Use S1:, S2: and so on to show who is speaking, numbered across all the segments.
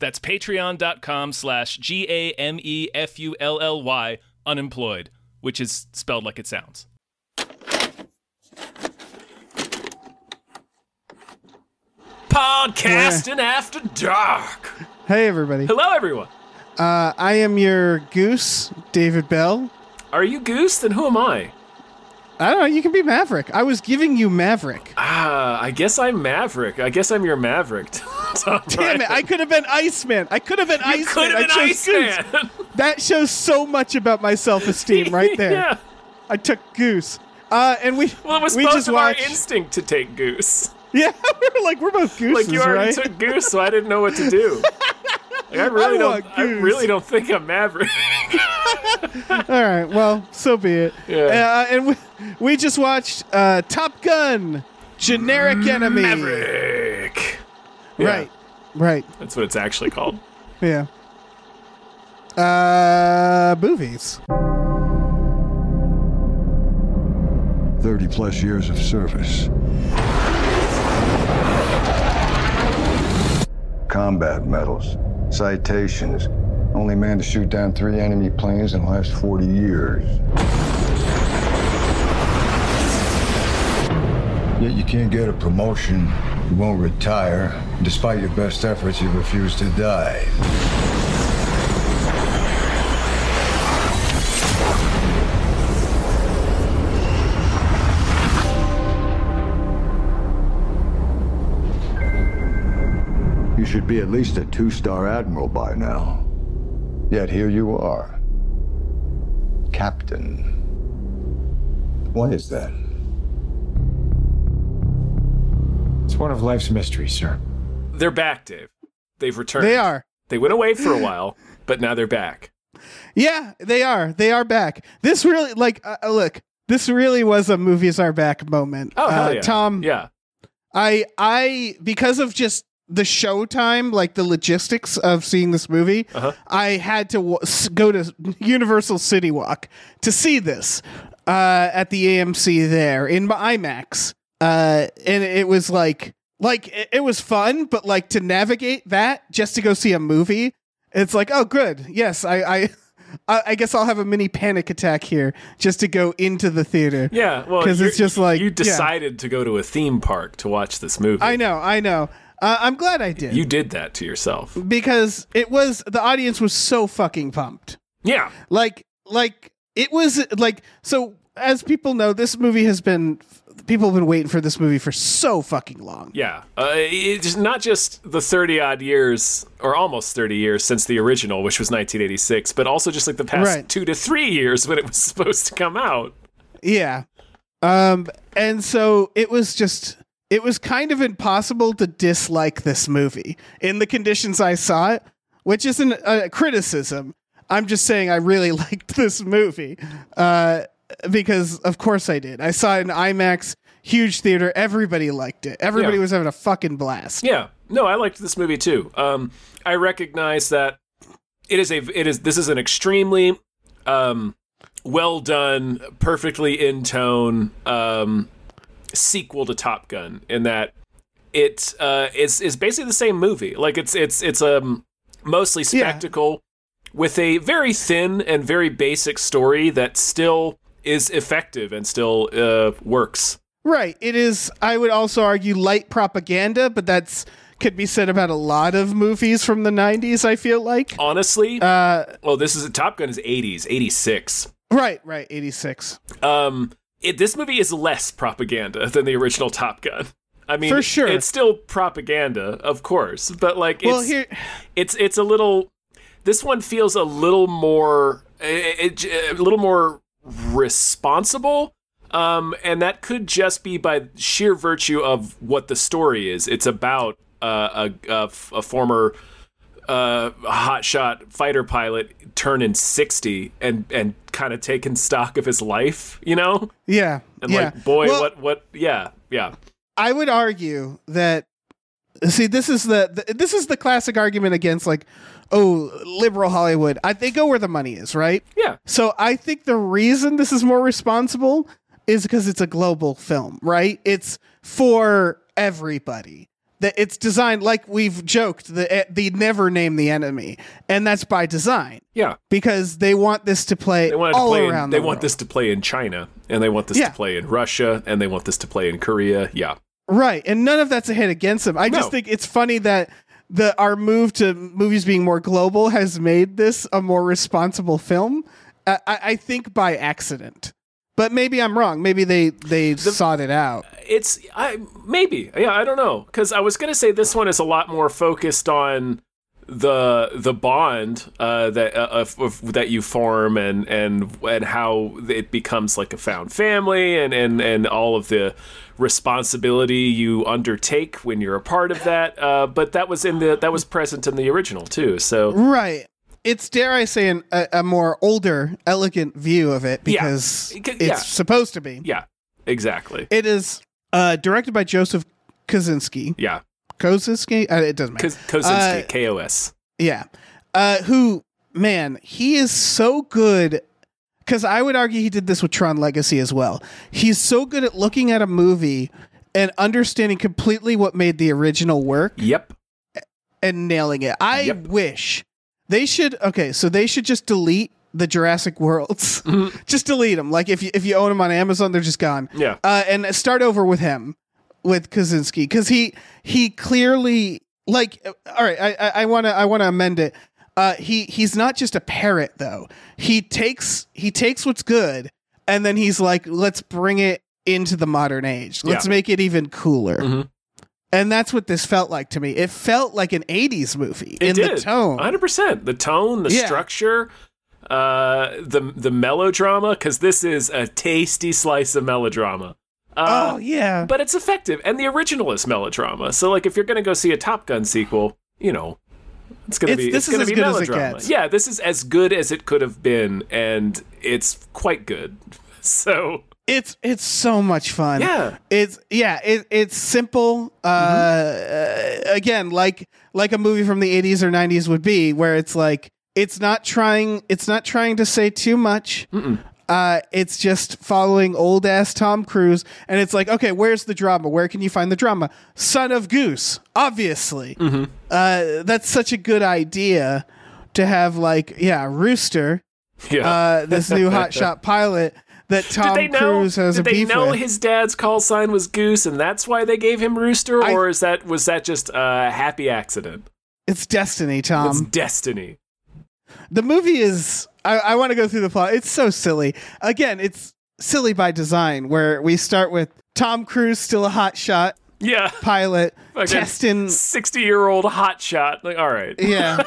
S1: That's patreon.com slash G A M E F U L L Y unemployed, which is spelled like it sounds. Podcasting after dark.
S2: Hey, everybody.
S1: Hello, everyone.
S2: Uh, I am your goose, David Bell.
S1: Are you Goose? Then who am I?
S2: I don't know. You can be Maverick. I was giving you Maverick.
S1: Ah, I guess I'm Maverick. I guess I'm your Maverick. Tom
S2: Damn it!
S1: Ryan.
S2: I could have been Iceman. I could have been Iceman.
S1: could
S2: I
S1: have been
S2: chose Goose.
S1: Iceman.
S2: That shows so much about my self-esteem, right there.
S1: yeah.
S2: I took Goose. Uh, and we
S1: Well, it was
S2: we
S1: both
S2: just
S1: of
S2: watched.
S1: our instinct to take Goose.
S2: yeah, we're like we're both gooses,
S1: Like you already
S2: right?
S1: took Goose, so I didn't know what to do. Like, I really
S2: I
S1: don't.
S2: want
S1: I
S2: Goose.
S1: really don't think I'm Maverick.
S2: All right. Well, so be it.
S1: Yeah.
S2: Uh, and we, we just watched uh, Top Gun: Generic Enemy.
S1: Maverick. Yeah,
S2: Right. Right.
S1: That's what it's actually called.
S2: Yeah. Uh, movies.
S3: 30 plus years of service. Combat medals, citations. Only man to shoot down three enemy planes in the last 40 years. Yet you can't get a promotion, you won't retire. Despite your best efforts, you refuse to die. You should be at least a two star admiral by now. Yet here you are. Captain. Why is that?
S4: It's one of life's mysteries, sir.
S1: They're back, Dave. They've returned.
S2: They are.
S1: They went away for a while, but now they're back.
S2: Yeah, they are. They are back. This really, like, uh, uh, look, this really was a movies are back moment.
S1: Oh
S2: uh,
S1: hell yeah,
S2: Tom,
S1: Yeah.
S2: I, I, because of just the showtime, like the logistics of seeing this movie,
S1: Uh-huh.
S2: I had to w- s- go to Universal City Walk to see this uh, at the AMC there in my IMAX, uh, and it was like, like it, it was fun, but like to navigate that just to go see a movie, it's like, oh, good, yes, I. I I I guess I'll have a mini panic attack here just to go into the theater.
S1: Yeah. Well,
S2: 'Cause
S1: you're-
S2: it's just like-
S1: you
S2: yeah.
S1: decided to go to a theme park to watch this movie.
S2: I know, I know. Uh, I'm glad I did
S1: You did that to yourself.
S2: because it was the audience was so fucking pumped.
S1: Yeah.
S2: like like it was like so as people know this movie has been people have been waiting for this movie for so fucking long
S1: Yeah, uh, it's not just the thirty odd years, or almost thirty years since the original, which was 1986, but also just like the past
S2: Right.
S1: two to three years when it was supposed to come out.
S2: yeah um and so it was just it was kind of impossible to dislike this movie in the conditions i saw it which isn't a criticism i'm just saying i really liked this movie uh because of course i did i saw it in imax huge theater everybody liked it everybody
S1: Yeah.
S2: was having a fucking blast
S1: Yeah, no, I liked this movie too. Um, I recognize that it is a it is this is an extremely um, well done, perfectly in tone um, sequel to Top Gun in that it uh, is is basically the same movie. Like it's it's it's um mostly spectacle with a very thin and very basic story that still is effective and still uh, works.
S2: Right. It is, I would also argue, light propaganda, but that's could be said about a lot of movies from the 90s, I feel like.
S1: Oh. Honestly,
S2: Uh,
S1: well, this is Top Gun is 80s, 86.
S2: right, right, 86.
S1: um it, this movie is less propaganda than the original top gun i mean
S2: For sure.
S1: it's still propaganda of course but like it's
S2: well, here,
S1: it's it's a little this one feels a little more a, a- a little more responsible um and that could just be by sheer virtue of what the story is it's about uh, a, a f- a former uh, hotshot fighter pilot turning 60 and, and kind of taking stock of his life, you know?
S2: Yeah.
S1: And
S2: yeah.
S1: like, boy,
S2: Well,
S1: what, what, yeah, yeah.
S2: I would argue that see this is the, the this is the classic argument against like oh liberal Hollywood. I, they go where the money is, right?
S1: Yeah.
S2: So I think the reason this is more responsible is because it's a global film, right? It's for everybody. That it's designed like we've joked the eh, the never name the enemy, and that's by design
S1: Yeah.
S2: because they want this to play
S1: They want it to
S2: all
S1: play
S2: around.
S1: in, they
S2: the
S1: want
S2: world.
S1: this to play in China and they want this
S2: Yeah.
S1: to play in Russia and they want this to play in Korea. Yeah.
S2: Right, and none of that's a hit against them. I
S1: No.
S2: just think it's funny that the our move to movies being more global has made this a more responsible film. I, I, I think by accident, but maybe I'm wrong. Maybe they they sought it out.
S1: it's I maybe yeah I don't know because I was gonna say this one is a lot more focused on the the bond uh, that uh, of, of, that you form and and and how it becomes like a found family and and and all of the responsibility you undertake when you're a part of that. Uh, but that was in the that was present in the original too. So
S2: Right. It's dare I say an, a, a more older, elegant view of it
S1: Yeah.
S2: because
S1: It could-
S2: it's
S1: yeah.
S2: supposed to be.
S1: yeah, exactly.
S2: It is uh, directed by Joseph Kosinski.
S1: Yeah,
S2: Kosinski. Uh, it doesn't matter.
S1: Koz- Kozinski,
S2: Uh,
S1: K O S.
S2: Yeah. Uh, who, man, he is so good. Because I would argue he did this with Tron Legacy as well. He's so good at looking at a movie and understanding completely what made the original work
S1: Yep.
S2: and nailing it. I
S1: Yep.
S2: wish they should. Okay, so they should just delete the Jurassic Worlds. just delete them. Like if you if you own them on Amazon, they're just gone.
S1: Yeah.
S2: Uh, and start over with him, with Kaczynski, because he he clearly like. uh, All right, I- I I want to I want to amend it. Uh, he he's not just a parrot though. He takes he takes what's good, and then he's like, let's bring it into the modern age. Let's
S1: Yeah.
S2: make it even cooler.
S1: Mhm.
S2: And that's what this felt like to me. It felt like an 80s movie in the tone.
S1: Hundred percent. The tone, the
S2: Yeah.
S1: structure, uh, the the melodrama, because this is a tasty slice of melodrama. Uh,
S2: oh, yeah.
S1: But it's effective, and the original is melodrama. So, like, if you're gonna go see a Top Gun sequel, you know, it's gonna
S2: It's-
S1: be
S2: this
S1: it's gonna
S2: is as
S1: be
S2: good as it
S1: melodrama.
S2: gets.
S1: Yeah, this is as good as it could have been, and it's quite good. So,
S2: It's it's so much fun.
S1: Yeah.
S2: It's yeah, it, it's simple. Uh,
S1: Mm-hmm.
S2: uh, again, like like a movie from the 80s or 90s would be where it's like it's not trying it's not trying to say too much. Uh, it's just following old ass Tom Cruise, and it's like, okay, where's the drama? Where can you find the drama? Son of Goose, obviously.
S1: Mm-hmm.
S2: Uh, that's such a good idea to have, like, yeah, Rooster,
S1: yeah.
S2: uh, this new hotshot pilot that
S1: did
S2: Tom
S1: they know?
S2: Cruise has
S1: did
S2: a
S1: they
S2: beef
S1: know
S2: with.
S1: his dad's call sign was Goose, and that's why they gave him Rooster,
S2: I-
S1: or is that was that just a happy accident?
S2: it's destiny,
S1: It's
S2: Tom.
S1: destiny.
S2: the movie is. I, I want to go through the plot. It's so silly. Again, it's silly by design. Where we start with Tom Cruise still a hotshot
S1: Yeah,
S2: pilot
S1: Fucking
S2: testing.
S1: sixty-year-old hotshot. Like, all right,
S2: Yeah.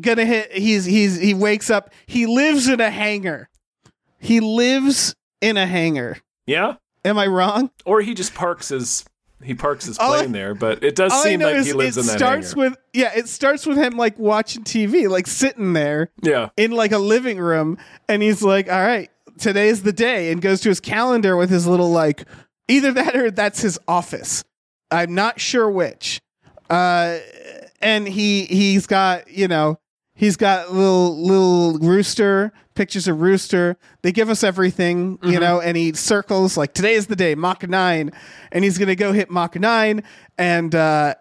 S2: Gonna hit he's he's he wakes up. He lives in a hangar. He lives in a hangar.
S1: yeah.
S2: Am I wrong?
S1: Or he just parks his he parks his
S2: All I-
S1: plane there, but it does
S2: All I
S1: seem
S2: know
S1: like
S2: is
S1: he lives
S2: it
S1: in that
S2: starts
S1: hangar.
S2: with yeah, it starts with him like watching TV, like sitting there
S1: yeah,
S2: in like a living room and he's like, "All right, today's the day." and goes to his calendar with his little like either that or that's his office. I'm not sure which. Uh and he he's got, you know, he's got little little rooster, pictures of rooster. They give us everything, you know, and he circles like today's the day, Mach 9, and he's going to go hit Mach 9 and uh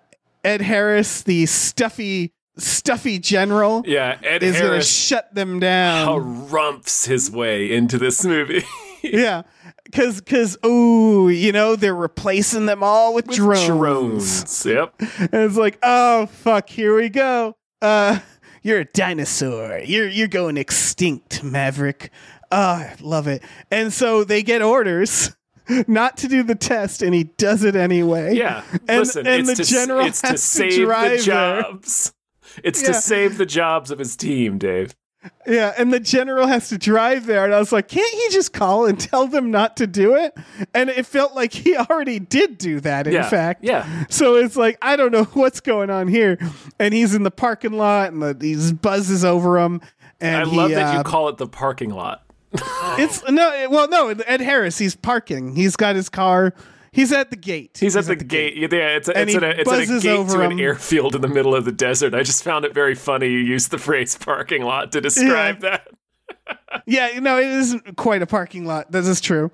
S2: Ed Harris, the stuffy stuffy general
S1: yeah. Ed
S2: is going to
S1: Harris Oh,
S2: shut them down.
S1: harumphs his way into this movie.
S2: Yeah. Cause, cause, ooh, you know they're replacing them all with, drones.
S1: Drones. Yep.
S2: and it's like, oh fuck, here we go. Uh, you're a dinosaur. You're you're going extinct, Maverick. Oh, I love it. And so they get orders not to do the test, and he does it anyway.
S1: Yeah.
S2: and
S1: Listen,
S2: and
S1: it's
S2: the
S1: to,
S2: general
S1: it's
S2: has
S1: to save the
S2: drive there.
S1: jobs. It's
S2: Yeah.
S1: to save the jobs of his team, Dave.
S2: Yeah, and the general has to drive there, and I was like, can't he just call and tell them not to do it? And it felt like he already did do that, in
S5: Yeah,
S2: fact.
S5: yeah.
S2: So it's like, I don't know what's going on here. And he's in the parking lot, and the, he just buzzes over him. And
S1: I
S2: he,
S1: love that
S2: uh,
S1: you call it the parking lot.
S2: It's no, it- well, no. Ed Harris, he's parking. He's got his car. He's at the gate.
S1: He's, at, the gate. Yeah, it's, a,
S2: And
S1: it's,
S2: he
S1: at a, it's at a
S2: buzzes
S1: gate
S2: over
S1: to
S2: him.
S1: an airfield in the middle of the desert. I just found it very funny you used the phrase parking lot to describe that.
S2: yeah, you know, it isn't quite a parking lot. This is true.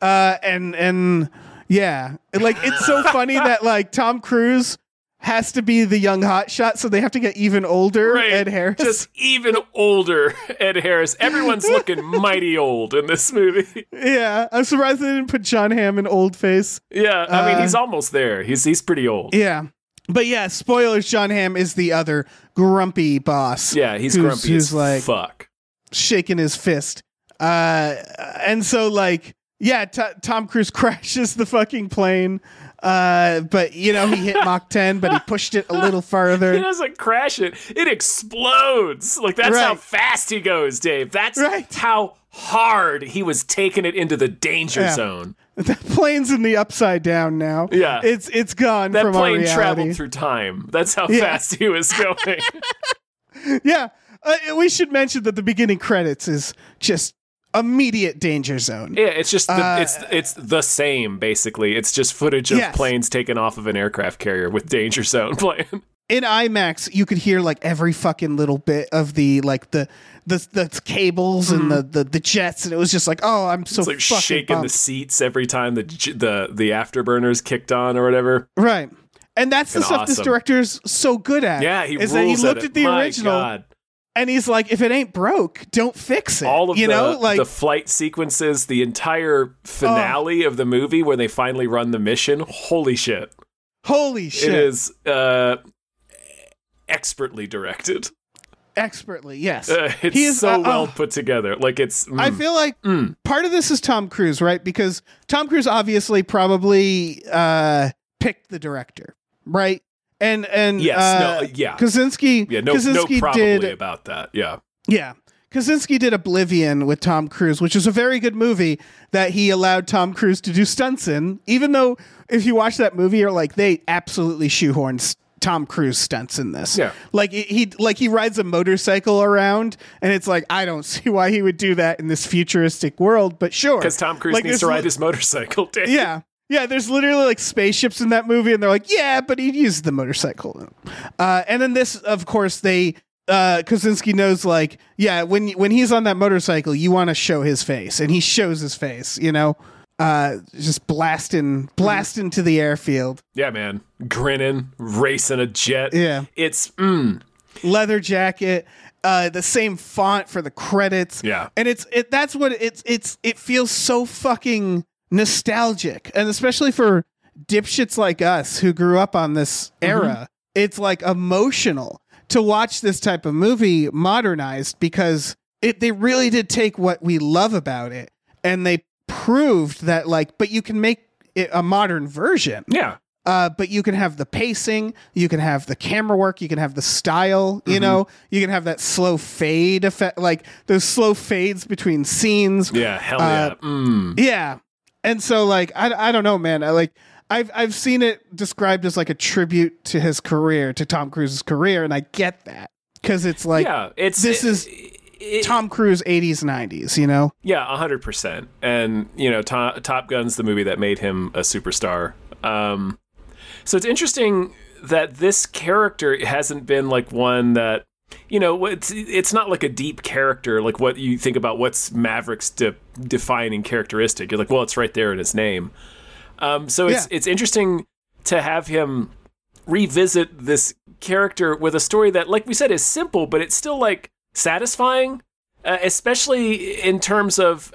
S2: Uh, and and yeah, And, like it's so funny that like Tom Cruise has to be the young hotshot, so they have to get even older.
S1: Right.
S2: Ed Harris.
S1: Just even older Ed Harris. Everyone's looking mighty old in this movie.
S2: yeah, I'm surprised they didn't put John Hamm in old face.
S1: Yeah, I mean,
S2: Uh,
S1: he's almost there. He's he's pretty old.
S2: Yeah. But yeah, spoilers. John Hamm is the other grumpy boss.
S1: yeah, he's
S2: who's-
S1: grumpy
S2: who's
S1: as
S2: like,
S1: fuck.
S2: shaking his fist. Uh, and so like, yeah, T- Tom Cruise crashes the fucking plane. Uh, but you know he hit Mach 10, but he pushed it a little
S1: He
S2: farther.
S1: doesn't crash it. It explodes. Like that's how
S2: Right.
S1: fast he goes, Dave. That's
S2: Right.
S1: how hard he was taking it into the danger
S2: Yeah.
S1: zone.
S2: The plane's in the upside down now.
S1: Yeah.
S2: it's it's gone
S1: That
S2: from our
S1: plane
S2: reality.
S1: traveled through time. That's how
S2: Yeah.
S1: fast he was going.
S2: Yeah, uh, we should mention that the beginning credits is just immediate danger zone.
S1: yeah, it's just the,
S2: Uh,
S1: it's it's the same basically. It's just footage of
S2: Yes.
S1: planes taken off of an aircraft carrier with danger zone playing.
S2: in IMAX, you could hear like every fucking little bit of the like the the, the cables and the, the the jets, and it was just like, oh, I'm so
S1: Mm-hmm. It's like
S2: fucking
S1: shaking the
S2: pumped.
S1: seats every time the j- the the afterburners kicked on or whatever.
S2: right. And that's the
S1: And
S2: stuff this
S1: awesome.
S2: director's so good at.
S1: Yeah, he rules
S2: is that he looked
S1: at,
S2: at,
S1: it.
S2: the
S1: My
S2: original
S1: God.
S2: and he's like, if it ain't broke, don't fix it.
S1: all of
S2: you
S1: the,
S2: know, like
S1: the flight sequences, the entire finale of the movie where they finally run the mission. Holy shit.
S2: holy shit,
S1: It is uh expertly directed.
S2: expertly, yes.
S1: Uh, it's
S2: He is-
S1: so
S2: uh,
S1: well
S2: oh.
S1: put together. Like it's mm,
S2: I feel like part of this is Tom Cruise, right? Because Tom Cruise obviously probably uh, picked the director, right? And and
S1: Yes,
S2: uh,
S1: no, yeah.
S2: Kaczynski,
S1: yeah, no
S2: Kaczynski
S1: no probably
S2: did
S1: about that. Yeah.
S2: yeah. Kaczynski did Oblivion with Tom Cruise, which is a very good movie that he allowed Tom Cruise to do stunts in. Even though, if you watch that movie, you're like, they absolutely shoehorns Tom Cruise stunts in this.
S1: Yeah.
S2: like he- he like he rides a motorcycle around, and it's like I don't see why he would do that in this futuristic world. But sure,
S1: Because Tom Cruise
S2: Like,
S1: needs
S2: there's
S1: to
S2: li-
S1: ride his motorcycle. Dave.
S2: yeah. Yeah, there's literally like spaceships in that movie, and they're like, yeah, but he used the motorcycle. Uh, and then this, of course, they uh, Kaczynski knows like, yeah, when when he's on that motorcycle, you want to show his face, and he shows his face, you know, uh, just blasting blasting to the airfield,
S1: Yeah, man. Grinning, racing a jet.
S2: Yeah.
S1: It's mm,
S2: leather jacket, uh, the same font for the credits,
S1: Yeah.
S2: and it's it that's what it's it's it feels so fucking nostalgic and especially for dipshits like us who grew up on this era it's like emotional to watch this type of movie modernized because it they really did take what we love about it and they proved that like but you can make it a modern version
S1: yeah.
S2: uh, but you can have the pacing, you can have the camera work, you can have the style, you know, you can have that slow fade effect, like those slow fades between scenes.
S1: Yeah, hell
S2: Uh,
S1: yeah. Mm.
S2: Yeah. And so like I, I don't know man I like I've I've seen it described as like a tribute to his career to Tom Cruise's career and I get that cuz it's like
S1: yeah, it's
S2: this
S1: is
S2: is Tom Cruise 80s 90s you know
S1: Yeah, hundred percent. And you know, Top, Top Gun's the movie that made him a superstar. Um, so it's interesting that this character hasn't been like one that you know it's it's not like a deep character like what you think about what's Maverick's de- defining characteristic. You're like, well, it's right there in his name. Um, so it's
S2: Yeah.
S1: it's interesting to have him revisit this character with a story that, like we said, is simple, but it's still like satisfying, uh, especially in terms of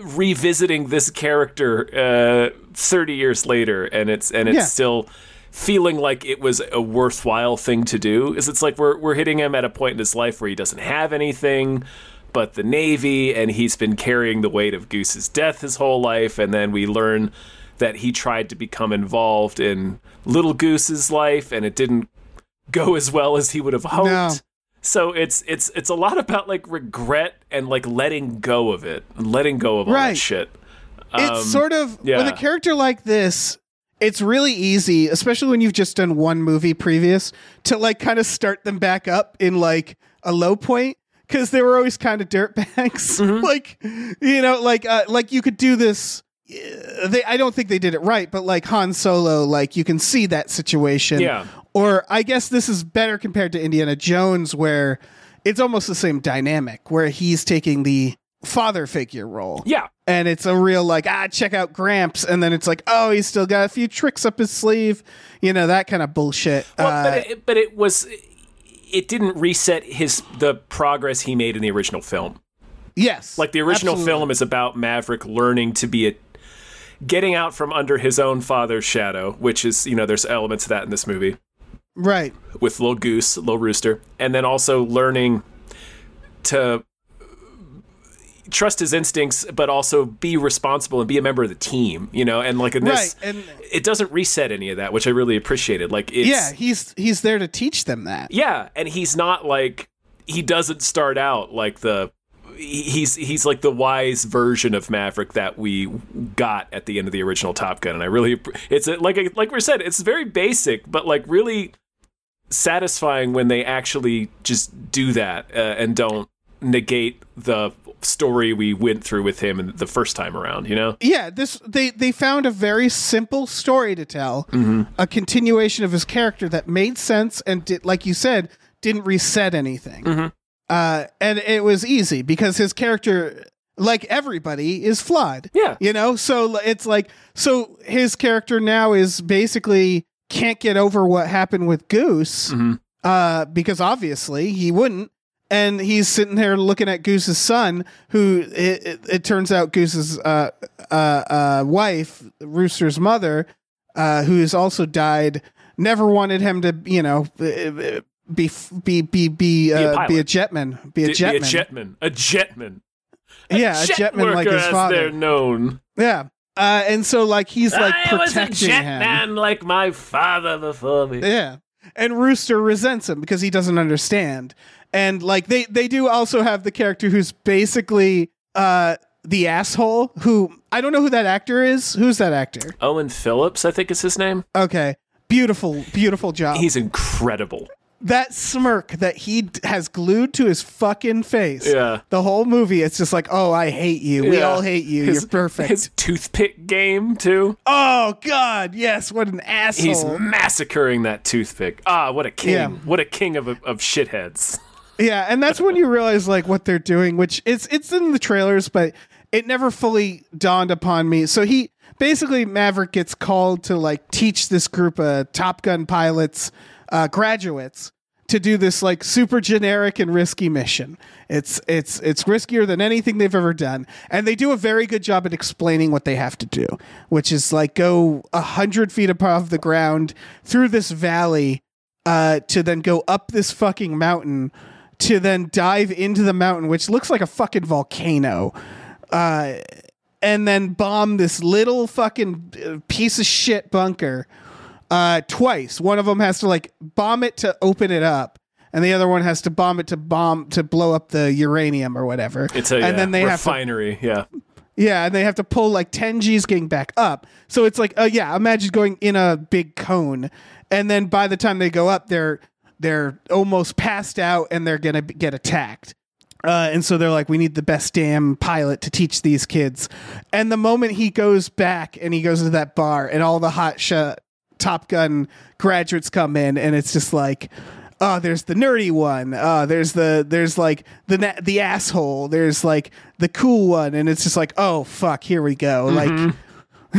S1: revisiting this character uh, 30 years later, and it's and it's
S2: Yeah.
S1: still feeling like it was a worthwhile thing to do. Is it's like we're we're hitting him at a point in his life where he doesn't have anything. But the Navy, and he's been carrying the weight of Goose's death his whole life. And then we learn that he tried to become involved in Little Goose's life and it didn't go as well as he would have hoped. So it's it's it's a lot about like regret and like letting go of it, and letting go of all
S2: Right.
S1: that shit.
S2: it's sort of with
S1: Um, yeah.
S2: a character like this it's really easy especially when you've just done one movie previous to like kind of start them back up in like a low point because they were always kind of dirtbags
S1: Mm-hmm.
S2: like you know like uh, like you could do this uh, they i don't think they did it right but like han solo like you can see that situation
S1: Yeah.
S2: or i guess this is better compared to indiana jones where it's almost the same dynamic where he's taking the father figure role
S1: Yeah.
S2: and it's a real like ah check out gramps and then it's like oh he's still got a few tricks up his sleeve you know that kind of bullshit
S1: Well,
S2: Uh,
S1: but, it, but it was it didn't reset his the progress he made in the original film.
S2: yes
S1: Like the original
S2: absolutely.
S1: film is about Maverick learning to be a getting out from under his own father's shadow, which is you know there's elements of that in this movie
S2: right
S1: with little goose, little rooster, and then also learning to trust his instincts, but also be responsible and be a member of the team. You know, and like in this,
S2: Right, and-
S1: it doesn't reset any of that, which I really appreciated. Like it's
S2: yeah he's he's there to teach them that
S1: yeah, and he's not like he doesn't start out like the he- he's he's like the wise version of Maverick that we got at the end of the original Top Gun, and I really it's a, like like we said it's very basic, but like really satisfying when they actually just do that uh, and don't negate the story we went through with him the first time around. You know?
S2: yeah this they they found a very simple story to tell a continuation of his character that made sense and did like you said didn't reset anything uh and it was easy because his character like everybody is flawed
S1: Yeah.
S2: you know so l- it's like so his character now is basically can't get over what happened with goose uh, because obviously he wouldn't. And he's sitting there looking at Goose's son, who it, it, it turns out Goose's uh, uh, uh, wife, Rooster's mother, uh, who has also died, never wanted him to, you know, uh, be be be be
S1: a
S2: uh, be a
S1: pilot.
S2: jetman, be a
S1: Be
S2: jetman,
S1: a jetman, a jetman,
S2: yeah, a
S1: jet
S2: jetman like
S1: worker,
S2: his
S1: as
S2: father,
S1: they're known.
S2: yeah. Uh, and so like he's like protecting him.
S1: like my father before me.
S2: Yeah. And Rooster resents him because he doesn't understand. And like they they do also have the character who's basically uh the asshole who I don't know who that actor is. Who's that actor?
S1: Owen Phillips, I think is his name.
S2: Okay. Beautiful, beautiful job.
S1: He's incredible.
S2: that smirk that he d- has glued to his fucking face.
S1: Yeah.
S2: The whole movie, it's just like, oh, I hate you. We
S1: Yeah.
S2: all hate you.
S1: His-
S2: You're perfect.
S1: His toothpick game too.
S2: oh God, yes, what an asshole.
S1: He's massacring that toothpick. Ah, what a king!
S2: Yeah.
S1: What a king of of shitheads.
S2: Yeah, and that's when you realize like what they're doing, which it's it's in the trailers, but it never fully dawned upon me. So he basically Maverick gets called to like teach this group of Top Gun pilots, uh, graduates, to do this like super generic and risky mission. It's it's it's riskier than anything they've ever done, and they do a very good job at explaining what they have to do, which is like go a hundred feet above the ground through this valley uh, to then go up this fucking mountain to then dive into the mountain, which looks like a fucking volcano, uh, and then bomb this little fucking uh, piece of shit bunker uh, twice. One of them has to like bomb it to open it up. And the other one has to bomb it to bomb to blow up the uranium or whatever.
S1: It's a
S2: and
S1: yeah,
S2: then they have to
S1: refinery. Yeah,
S2: yeah, and they have to pull like 10 G's getting back up. So it's like, oh yeah, imagine going in a big cone, and then by the time they go up, they're they're almost passed out and they're gonna be- get attacked. Uh, and so they're like, we need the best damn pilot to teach these kids. And the moment he goes back and he goes into that bar, and all the hot shot Top Gun graduates come in, and it's just like, oh, there's the nerdy one. Oh, there's the there's like the na- the asshole. There's like the cool one, and it's just like, oh fuck, here we go. Like, Mm-hmm.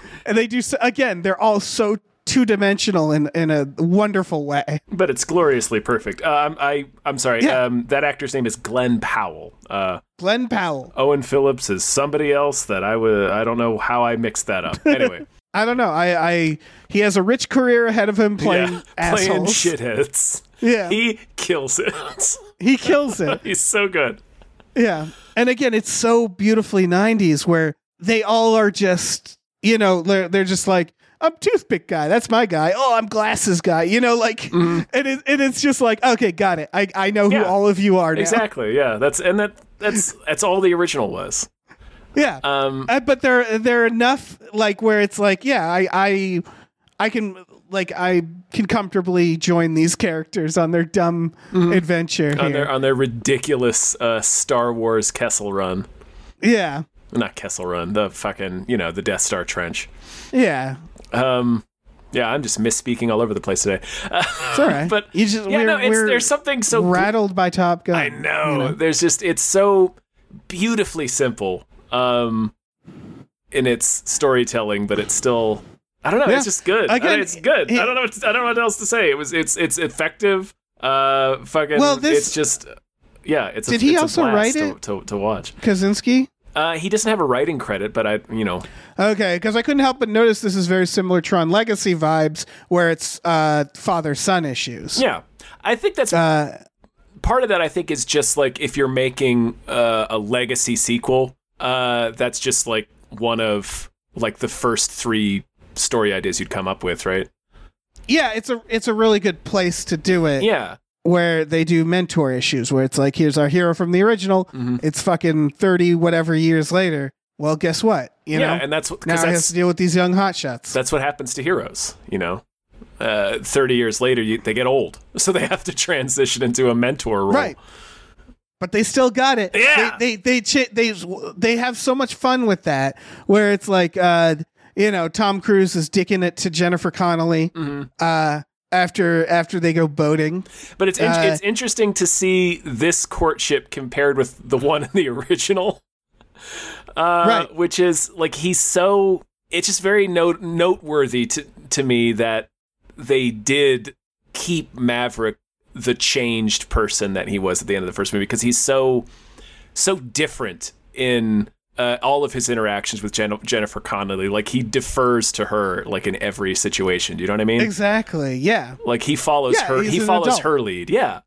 S2: and they do s again. They're all so two dimensional in in a wonderful way.
S1: but it's gloriously perfect. Um, I I'm sorry.
S2: Yeah.
S1: Um, that actor's name is Glenn Powell. Uh,
S2: Glenn Powell.
S1: Owen Phillips is somebody else that I would I don't know how I mixed that up. Anyway,
S2: I don't know. I I he has a rich career ahead of him playing
S1: yeah, playing
S2: assholes.
S1: shitheads.
S2: Yeah, he,
S1: He kills it.
S2: kills it.
S1: He's so good.
S2: yeah, and again, it's so beautifully '90s where they all are just you know they're they're just like I'm toothpick guy. That's my guy. Oh, I'm glasses guy. You know, like, and, it, and it's just like, okay, got it. I, I know who
S1: Mm-hmm. Yeah.
S2: all of you are now.
S1: Exactly. Yeah. That's and that that's that's all the original was.
S2: Yeah.
S1: Um,
S2: Uh, but they're they're enough like where it's like yeah I I I can like I can comfortably join these characters on their dumb adventure
S1: Mm-hmm. on
S2: here.
S1: their on their ridiculous uh, Star Wars Kessel Run,
S2: yeah,
S1: not Kessel Run, the fucking you know the Death Star trench.
S2: yeah,
S1: Um, yeah, I'm just misspeaking all over the place today.
S2: it's all right.
S1: But
S2: you just
S1: yeah,
S2: we're,
S1: no, it's,
S2: we're
S1: there's something so gl-
S2: rattled by Top Gun.
S1: I know. There's just it's so beautifully simple um, in its storytelling, but it's still I don't know.
S2: Yeah.
S1: It's just good. I
S2: Again,
S1: don't- it's good.
S2: it-
S1: I don't know. What to- I don't know what else to say. It was. It's it's effective. Uh, fucking.
S2: Well, this-
S1: it's just yeah. It's a,
S2: Did he
S1: it's a
S2: also
S1: blast
S2: write
S1: to-
S2: it?
S1: to, to watch?
S2: Kaczynski.
S1: Uh, he doesn't have a writing credit, but I you know
S2: Okay, because I couldn't help but notice this is very similar Tron Legacy vibes, where it's uh, father son issues.
S1: yeah. I think that's
S2: Uh,
S1: part of that I think is just like if you're making uh, a legacy sequel, uh, that's just like one of like the first three story ideas you'd come up with, right?
S2: yeah, it's a it's a really good place to do it.
S1: Yeah,
S2: where they do mentor issues where it's like here's our hero from the original
S1: Mm-hmm.
S2: it's fucking 30 whatever years later well guess what you
S1: yeah,
S2: know
S1: and that's what-
S2: now
S1: cause
S2: i have
S1: that's
S2: to deal with these young hotshots
S1: that's what happens to heroes, you know. Uh, Thirty years later, you, they get old, so they have to transition into a mentor role.
S2: right but they still got it
S1: Yeah.
S2: they they they, chi- they they have so much fun with that where it's like uh you know tom cruise is dicking it to jennifer connelly
S1: Mm-hmm.
S2: uh after after they go boating
S1: But it's in-
S2: Uh,
S1: it's interesting to see this courtship compared with the one in the original, uh,
S2: Right.
S1: Which is like he's so it's just very note noteworthy to to me that they did keep Maverick the changed person that he was at the end of the first movie because he's so so different in. Uh, all of his interactions with Jen- Jennifer Connelly, like he defers to her, like in every situation. Do you know what I mean?
S2: exactly yeah
S1: Like he follows
S2: Yeah,
S1: her.
S2: he's
S1: He
S2: an
S1: follows
S2: adult.
S1: her lead. Yeah.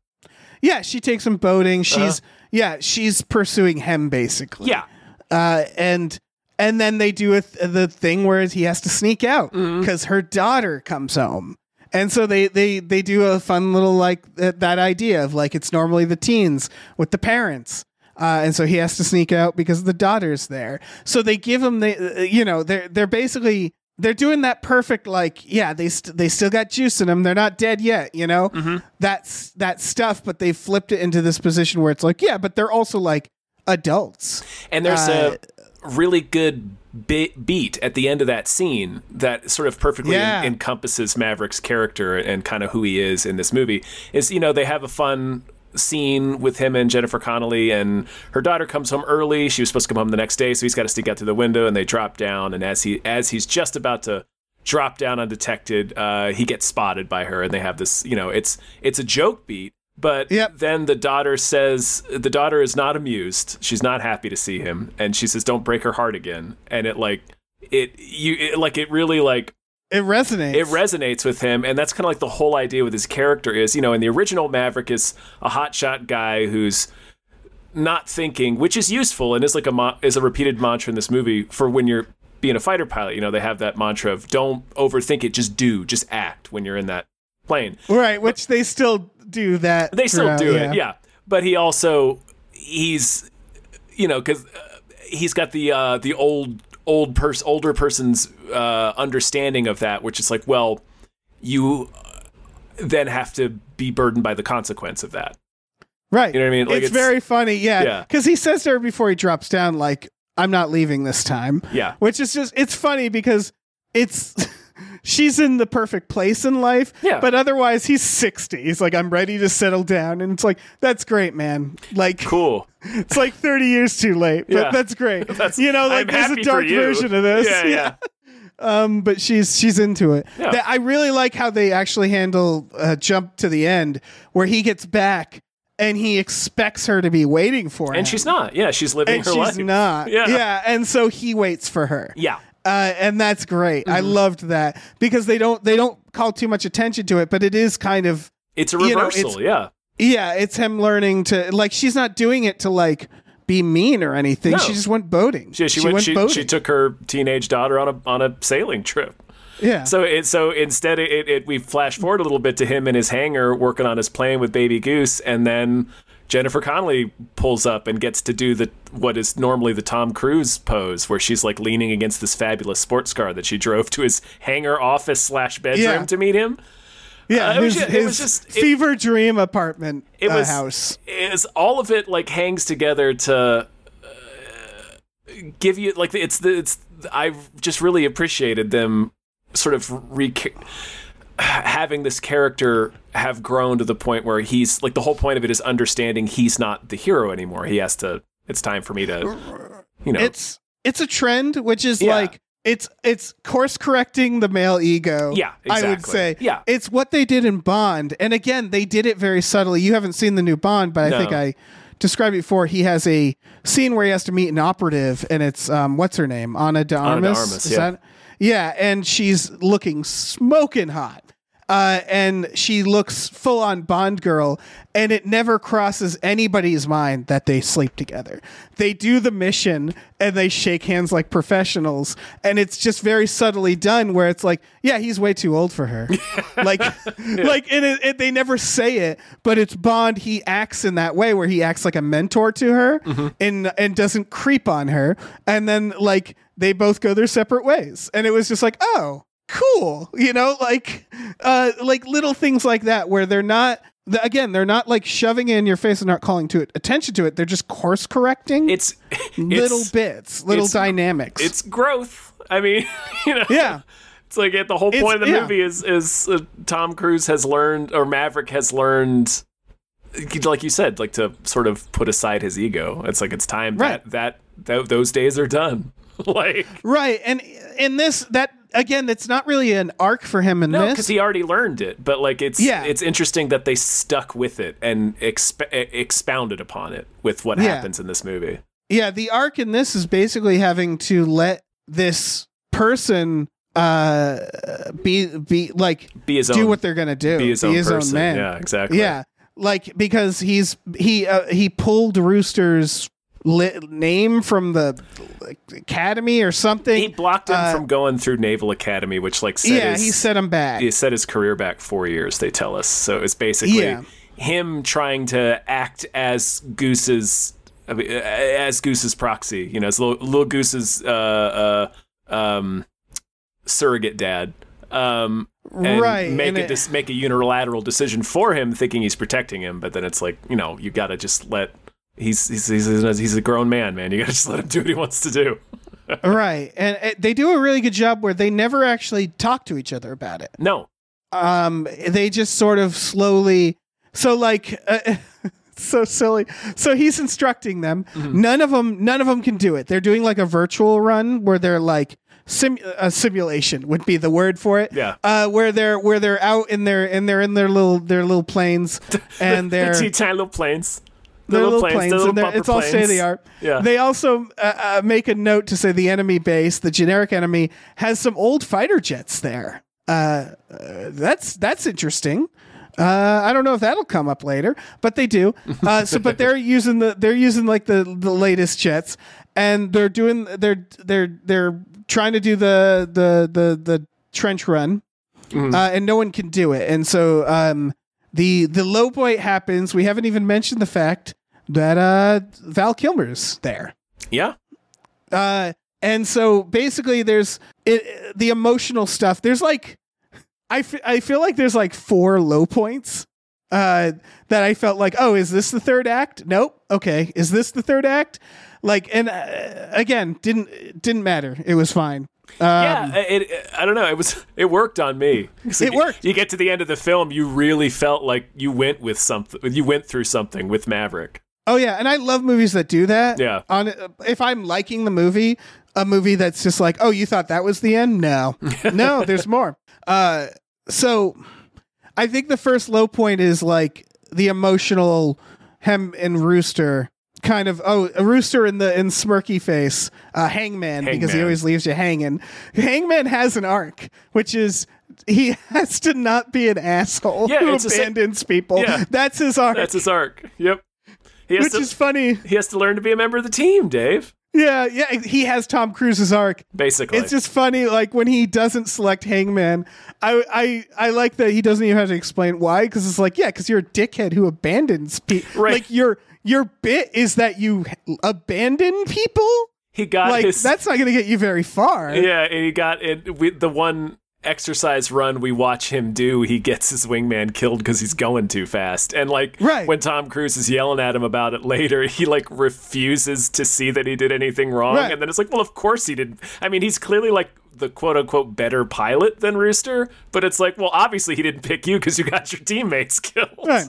S2: yeah she takes him boating she's yeah she's pursuing him basically
S1: Uh-huh. Yeah.
S2: uh, and and then they do a th- the thing where he has to sneak out because her daughter comes home, and so they they they do a fun little like th- that idea of like it's normally the teens with the parents. Uh, and so he has to sneak out because the daughter's there. So they give him the, uh, you know, they're they're basically they're doing that perfect like, yeah, they st- they still got juice in them. They're not dead yet, you know. That's that stuff, but they flipped it into this position where it's like, yeah, but they're also like adults.
S1: And there's
S2: Uh,
S1: a really good bi- beat at the end of that scene that sort of perfectly en-
S2: Yeah.
S1: encompasses Maverick's character and kind of who he is in this movie. Is you know they have a fun scene with him and Jennifer Connelly and her daughter comes home early. She was supposed to come home the next day, so he's got to sneak out through the window and they drop down and as he as he's just about to drop down undetected, uh, he gets spotted by her and they have this, you know, it's it's a joke beat, but
S2: Yep.
S1: then the daughter says the daughter is not amused she's not happy to see him and she says don't break her heart again and it like it you it, like it really like
S2: It resonates.
S1: it resonates with him and that's kind of like the whole idea with his character is you know in the original maverick is a hotshot guy who's not thinking which is useful and is like a mo- is a repeated mantra in this movie for when you're being a fighter pilot you know they have that mantra of don't overthink it just do just act when you're in that plane
S2: right, which they still do that.
S1: they still
S2: throughout,
S1: do it, yeah. But he also he's you know because uh, he's got the uh, the old old person older person's uh, understanding of that, which is like, well, you uh, then have to be burdened by the consequence of that.
S2: Right.
S1: You know what I mean? Like,
S2: it's,
S1: it's-
S2: very funny, yeah.
S1: Yeah.
S2: Because he says to her before he drops down, like, I'm not leaving this time.
S1: Yeah.
S2: Which is just, it's funny because it's. She's in the perfect place in life,
S1: Yeah.
S2: but otherwise he's sixty. He's like, I'm ready to settle down, and it's like, that's great, man. Like,
S1: Cool.
S2: it's like thirty years too late, but
S1: Yeah.
S2: that's great.
S1: That's-
S2: you know,
S1: I'm
S2: like there's
S1: happy
S2: a
S1: for
S2: dark
S1: you.
S2: version of this.
S1: Yeah, yeah.
S2: um, but she's she's into it.
S1: Yeah.
S2: That- I really like how they actually handle uh, jump to the end where he gets back and he expects her to be waiting for him,
S1: And she's not. Yeah, she's living
S2: and
S1: her
S2: she's
S1: life.
S2: not.
S1: Yeah.
S2: and so he waits for her.
S1: Yeah. Mm-hmm.
S2: Uh, and that's great. I loved that because they don't they don't call too much attention to it, but it is kind of
S1: It's a
S2: You know,
S1: reversal.
S2: it's-
S1: yeah.
S2: yeah, it's him learning to like she's not doing it to like be mean or anything.
S1: No.
S2: She just went boating.
S1: Yeah, she, went. She, she took her teenage daughter on a on a sailing trip.
S2: Yeah.
S1: So it so instead it, it we flash forward a little bit to him in his hangar working on his plane with Baby Goose, and then Jennifer Connelly pulls up and gets to do the what is normally the Tom Cruise pose, where she's like leaning against this fabulous sports car that she drove to his hangar office slash bedroom
S2: Yeah.
S1: to meet him.
S2: yeah,
S1: Uh, it was
S2: his,
S1: ju- it was
S2: his
S1: just- it-
S2: fever dream apartment
S1: It
S2: uh,
S1: was
S2: house.
S1: Is all of it like hangs together to uh, give you like it's the it's I've just really appreciated them sort of re having this character have grown to the point where he's like the whole point of it is understanding he's not the hero anymore. He has to. It's time for me to, you know,
S2: It's it's a trend, which is
S1: Yeah.
S2: like it's it's course correcting the male ego.
S1: Yeah,
S2: I would
S1: exactly.
S2: say.
S1: Yeah.
S2: it's what they did in Bond, and again, they did it very subtly. You haven't seen the new Bond, but I
S1: No.
S2: think I described it before. He has a scene where he has to meet an operative, and it's um, what's her name, Ana de Armas.
S1: Armas,
S2: Is
S1: yeah.
S2: that- yeah, and she's looking smoking hot. Uh, and she looks full on Bond girl, and it never crosses anybody's mind that they sleep together. They do the mission and they shake hands like professionals, and it's just very subtly done where it's like, yeah, he's way too old for her. like, like and it, it, they never say it, but it's Bond. He acts in that way where he acts like a mentor to her and and doesn't creep on her, and then like they both go their separate ways and it was just like oh cool you know like uh like little things like that where they're not th- again they're not like shoving it in your face and not calling to it attention to it they're just course correcting
S1: it's
S2: little
S1: it's,
S2: bits little
S1: it's-
S2: dynamics
S1: It's growth. I mean, you know,
S2: yeah
S1: It's like at the whole
S2: It's-
S1: point of the
S2: yeah.
S1: movie is is uh, Tom Cruise has learned or Maverick has learned like you said like to sort of put aside his ego. It's like it's time
S2: Right.
S1: that that tho- those days are done. like
S2: right and in this that again that's not really an arc for him in
S1: no cuz
S2: this
S1: he already learned it, but like it's
S2: Yeah.
S1: it's interesting that they stuck with it and exp- e-, expounded upon it with what
S2: Yeah.
S1: happens in this movie.
S2: yeah the arc in this is basically having to let this person uh be be like
S1: Be his
S2: do
S1: own
S2: what they're gonna do
S1: be his own person.
S2: man
S1: Yeah, exactly.
S2: Yeah, like because he's he uh, he pulled Rooster's li- name from the like, academy or something.
S1: He blocked him
S2: Uh,
S1: from going through Naval Academy, which like set
S2: yeah,
S1: his-
S2: he set him back.
S1: he set his career back four years. They tell us, so it's basically
S2: Yeah.
S1: him trying to act as Goose's I mean, uh, as Goose's proxy. You know, as little, little Goose's uh, uh, um, surrogate dad. Um, and
S2: Right,
S1: Make
S2: and
S1: a
S2: it-
S1: dis- make a unilateral decision for him, thinking he's protecting him, but then it's like you know you gotta just let. He's, he's he's he's a grown man, man. You gotta just let him do what he wants to do.
S2: right, and uh, they do a really good job where they never actually talk to each other about it.
S1: No,
S2: um they just sort of slowly so like uh, so silly so he's instructing them none of them none of them can do it they're doing like a virtual run where they're like sim a simulation would be the word for it
S1: Yeah.
S2: uh where they're where they're out in their and they're in their little their little planes and they're
S1: teeny tiny little planes,
S2: their
S1: little
S2: little
S1: planes,
S2: planes,
S1: their little
S2: and they're-
S1: bumper
S2: it's all
S1: planes.
S2: state of the art.
S1: Yeah.
S2: They also uh, uh, make a note to say the enemy base, the generic enemy, has some old fighter jets there. Uh, uh, that's that's interesting. Uh, I don't know if that'll come up later, but they do. Uh, so, but they're using the they're using like the the latest jets, and they're doing they're they're they're trying to do the the the the trench run,
S1: Mm-hmm.
S2: uh, and no one can do it. And so um, the the low point happens. We haven't even mentioned the fact that uh, Val Kilmer's there.
S1: yeah.
S2: Uh, and so basically, there's it, the emotional stuff. There's like, I, f- I feel like there's like four low points uh, that I felt like, oh, is this the third act? Nope. Okay, is this the third act? Like, and uh, again, didn't didn't matter. It was fine. Um,
S1: yeah, it, it- I don't know. It was it worked on me. 'Cause
S2: It
S1: you-
S2: worked.
S1: You get to the end of the film, you really felt like you went with something. You went through something with Maverick.
S2: Oh yeah, and I love movies that do that.
S1: Yeah.
S2: On uh, if I'm liking the movie, a movie that's just like, oh, you thought that was the end? No, no, there's more. Uh, so I think the first low point is like the emotional hem and rooster kind of oh a rooster in the in smirky face uh hangman, because he
S1: Hangman.
S2: always leaves you hanging hangman has an arc which is he has to not be an asshole
S1: Yeah,
S2: who
S1: it's the same-
S2: abandons people
S1: Yeah.
S2: that's his arc
S1: That's his arc. Yep. He has
S2: which
S1: to
S2: is funny
S1: he has to learn to be a member of the team, Dave.
S2: Yeah, yeah, he has Tom Cruise's arc.
S1: basically.
S2: It's just funny, like when he doesn't select Hangman. I I I like that he doesn't even have to explain why, because it's like, yeah, because you're a dickhead who abandons people.
S1: Right.
S2: Like your your bit is that you h- abandon people.
S1: he got
S2: Like
S1: his
S2: that's not going to get you very far.
S1: yeah, and he got it with the one exercise run we watch him do. He gets his wingman killed because he's going too fast, and like
S2: Right.
S1: when Tom Cruise is yelling at him about it later, he like refuses to see that he did anything wrong,
S2: Right.
S1: and then it's like, well, of course he did. I mean, he's clearly like the quote unquote better pilot than Rooster, but it's like, well, obviously he didn't pick you because you got your teammates killed.
S2: Right.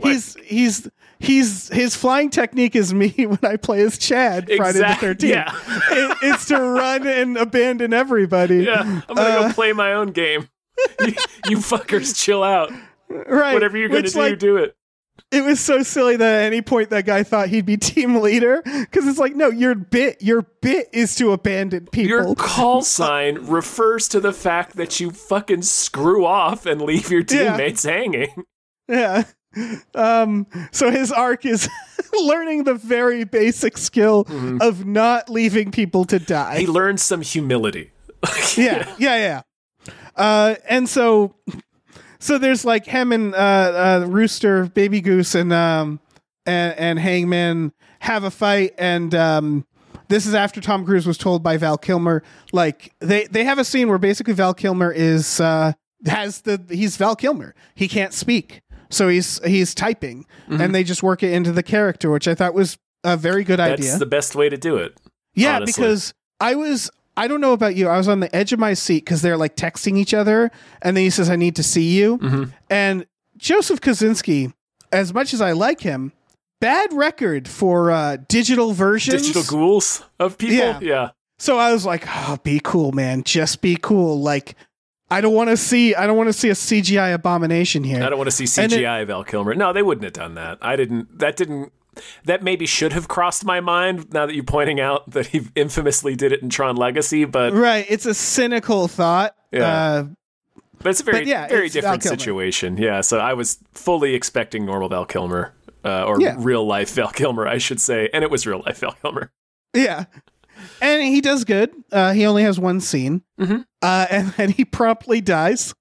S2: He's he's he's his flying technique is me when I play as Chad Friday the
S1: Exact-
S2: Thirteenth.
S1: yeah.
S2: it, it's to run and abandon everybody.
S1: Yeah, I'm gonna
S2: Uh.
S1: go play my own game. you, you fuckers, chill out.
S2: right.
S1: Whatever you're gonna
S2: Which,
S1: do,
S2: like,
S1: do it.
S2: it was so silly that at any point that guy thought he'd be team leader because it's like, no, your bit, your bit is to abandon people.
S1: Your call sign refers to the fact that you fucking screw off and leave your
S2: Yeah.
S1: teammates hanging.
S2: Yeah. Um, so his arc is learning the very basic skill of not leaving people to die.
S1: He learns some humility.
S2: yeah, yeah, yeah. Uh, and so, so there's like him and uh, uh, Rooster, Baby Goose, and um, and, and Hangman have a fight, and um, this is after Tom Cruise was told by Val Kilmer. Like they they have a scene where basically Val Kilmer is uh, has the he's Val Kilmer. He can't speak, so he's he's typing,
S1: Mm-hmm.
S2: and they just work it into the character, which I thought was a very good
S1: That's
S2: idea.
S1: the best way to do it.
S2: Yeah,
S1: honestly.
S2: because I was I don't know about you. I was on the edge of my seat because they're like texting each other, and then he says, "I need to see you."
S1: Mm-hmm.
S2: And Joseph Kaczynski, as much as I like him, bad record for uh, digital versions.
S1: Digital ghouls of people.
S2: Yeah.
S1: Yeah.
S2: so I was like, oh, "Be cool, man. Just be cool." Like, I don't want to see I don't want to see a CGI abomination here.
S1: I don't want to see
S2: And it-
S1: CGI Val Kilmer. No, they wouldn't have done that. I didn't. That didn't. That maybe should have crossed my mind now that you're pointing out that he infamously did it in Tron Legacy, but,
S2: right? It's a cynical thought.
S1: Yeah.
S2: Uh,
S1: but it's a very,
S2: But yeah,
S1: very
S2: it's Val
S1: different
S2: Kilmer.
S1: situation. Yeah, so I was fully expecting normal Val Kilmer uh, or
S2: Yeah.
S1: real life Val Kilmer, I should say. And it was real life Val Kilmer.
S2: Yeah. And he does good. Uh, he only has one scene,
S1: Mhm.
S2: uh, and then he promptly dies.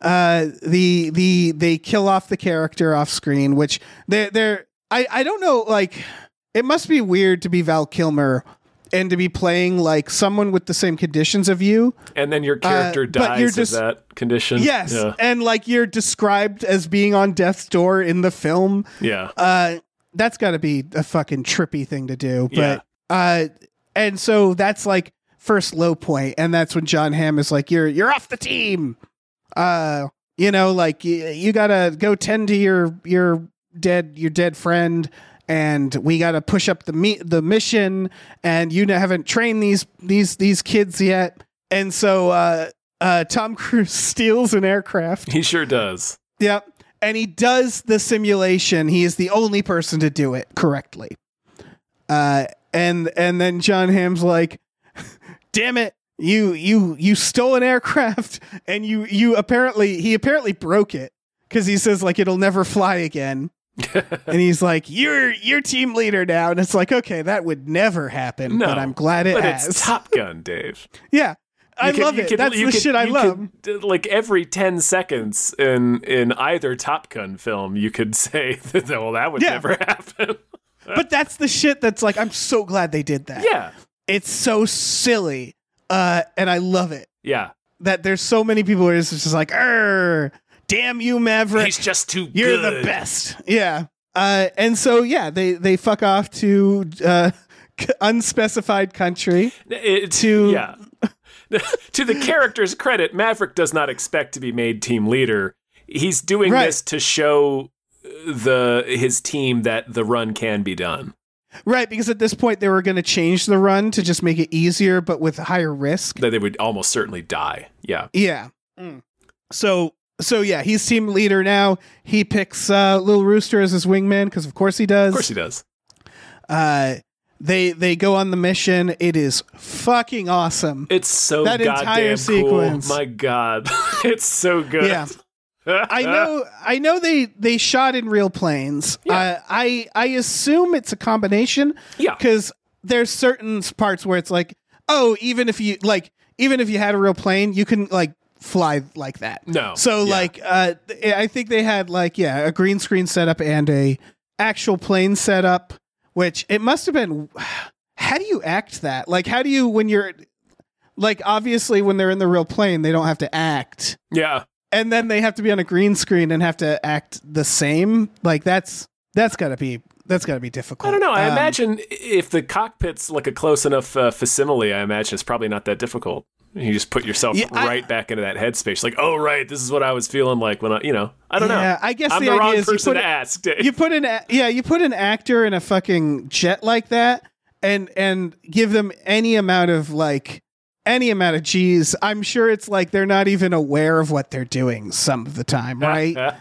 S2: Uh, the the they kill off the character off screen, which they they're I I don't know like it must be weird to be Val Kilmer and to be playing like someone with the same conditions of you.
S1: and then your character
S2: Uh, but you're
S1: dies
S2: just-
S1: of that condition.
S2: Yes,
S1: Yeah.
S2: and like you're described as being on death's door in the film.
S1: Yeah.
S2: Uh, that's got to be a fucking trippy thing to do.
S1: Yeah.
S2: But uh, and so that's like first low point, and that's when John Hamm is like, "You're you're off the team." Uh, you know, like you, you gotta go tend to your your dead your dead friend, and we gotta push up the me- the mission, and you haven't trained these these these kids yet, and so uh, uh, Tom Cruise steals an aircraft.
S1: He sure does.
S2: Yep. And he does the simulation. He is the only person to do it correctly. Uh, and and then John Hamm's like, "Damn it, you you you stole an aircraft, and you you apparently he apparently broke it because he says like it'll never fly again." and he's like, "You're you're team leader now," and it's like, "Okay, that would never happen,
S1: No,
S2: but I'm glad it
S1: But
S2: has."
S1: it's Top Gun, Dave.
S2: yeah, I
S1: You could-
S2: love
S1: you
S2: it.
S1: could-
S2: That's
S1: you
S2: the
S1: could-
S2: shit I
S1: you
S2: love.
S1: could- d- like every 10 seconds in in either Top Gun film, you could say, that, well, that would
S2: Yeah.
S1: never happen.
S2: but that's the shit that's like, I'm so glad they did that.
S1: uh, yeah.
S2: it's so silly uh and i love it
S1: Yeah.
S2: that there's so many people who are just just like "Err, damn you maverick
S1: He's just too
S2: you're
S1: good.
S2: the best yeah uh and so yeah they they fuck off to uh unspecified country
S1: It-
S2: To-
S1: yeah. to the character's credit, Maverick does not expect to be made team leader. He's doing
S2: Right.
S1: this to show the his team that the run can be done.
S2: right because at this point they were going to change the run to just make it easier but with higher risk
S1: That they would almost certainly die. Yeah.
S2: yeah so so yeah he's team leader now he picks uh little rooster as his wingman because of course he does
S1: Of course he does.
S2: uh they they go on the mission it is fucking awesome
S1: It's so
S2: That
S1: goddamn
S2: entire
S1: cool.
S2: sequence.
S1: My God, it's so good.
S2: Yeah. i know i know they they shot in real planes uh, i i assume it's a combination
S1: Yeah.
S2: because there's certain parts where it's like, oh, even if you like, even if you had a real plane, you couldn't like fly like that.
S1: No,
S2: So
S1: Oh, yeah.
S2: like, uh, th- I think they had like, yeah, a green screen setup and a actual plane setup, which it must have been. How do you act that? Like, how do you when you're like obviously when they're in the real plane, they don't have to act
S1: Yeah.
S2: and then they have to be on a green screen and have to act the same. Like that's that's gotta be that's gotta be difficult.
S1: I don't know. I
S2: Um,
S1: imagine if the cockpit's like a close enough uh, facsimile, I imagine it's probably not that difficult. You just put yourself
S2: Yeah, I-
S1: right back into that headspace, like, oh right, this is what I was feeling like when I, you know, I don't
S2: yeah,
S1: know.
S2: I guess
S1: I'm
S2: the,
S1: the,
S2: idea
S1: wrong
S2: is you
S1: person
S2: put,
S1: to ask.
S2: you put an a- yeah you put an actor in a fucking jet like that and and give them any amount of like any amount of G's. I'm sure it's like they're not even aware of what they're doing some of the time, right?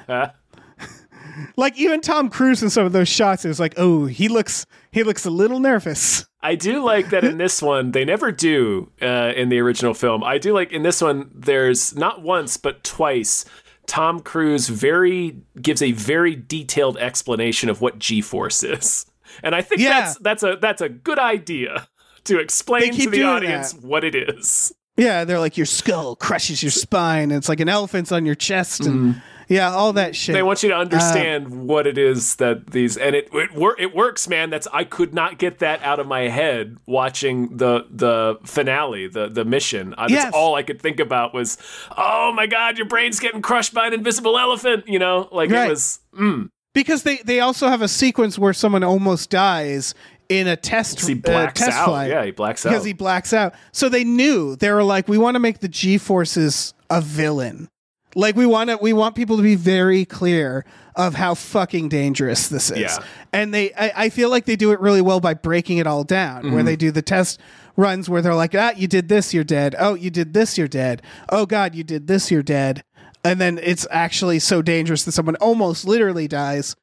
S2: like even Tom Cruise in some of those shots, it was like, oh, he looks he looks a little nervous.
S1: I do like that in this one they never do uh, in the original film. I do like in this one there's not once but twice Tom Cruise very gives a very detailed explanation of what G-force is. And I think
S2: Yeah.
S1: that's that's a that's a good idea to explain
S2: keep
S1: to the
S2: doing
S1: audience what it is.
S2: Yeah, they're like your skull crushes your spine. And it's like an elephant's on your chest, and yeah, all that shit.
S1: Mm. They want you to understand what it is that these and it it, wor- it works, man. That's I could not get that out of my head watching the the finale, the the mission. I, that's
S2: Yes.
S1: all I could think about was, oh my god, your brain's getting crushed by an invisible elephant. You know, like
S2: Right.
S1: it was. Mm,
S2: because they they also have a sequence where someone almost dies in a test
S1: he
S2: uh,
S1: blacks
S2: test
S1: out.
S2: flight
S1: Yeah, he blacks out.
S2: because he blacks out. So they knew they were like, we want to make the G forces a villain. Like we want to, we want people to be very clear of how fucking dangerous this is.
S1: Yeah.
S2: And they, I, I feel like they do it really well by breaking it all down, where
S1: Mm-hmm.
S2: they do the test runs where they're like, ah, you did this, you're dead. Oh, you did this, you're dead. Oh God, you did this, you're dead. And then it's actually so dangerous that someone almost literally dies.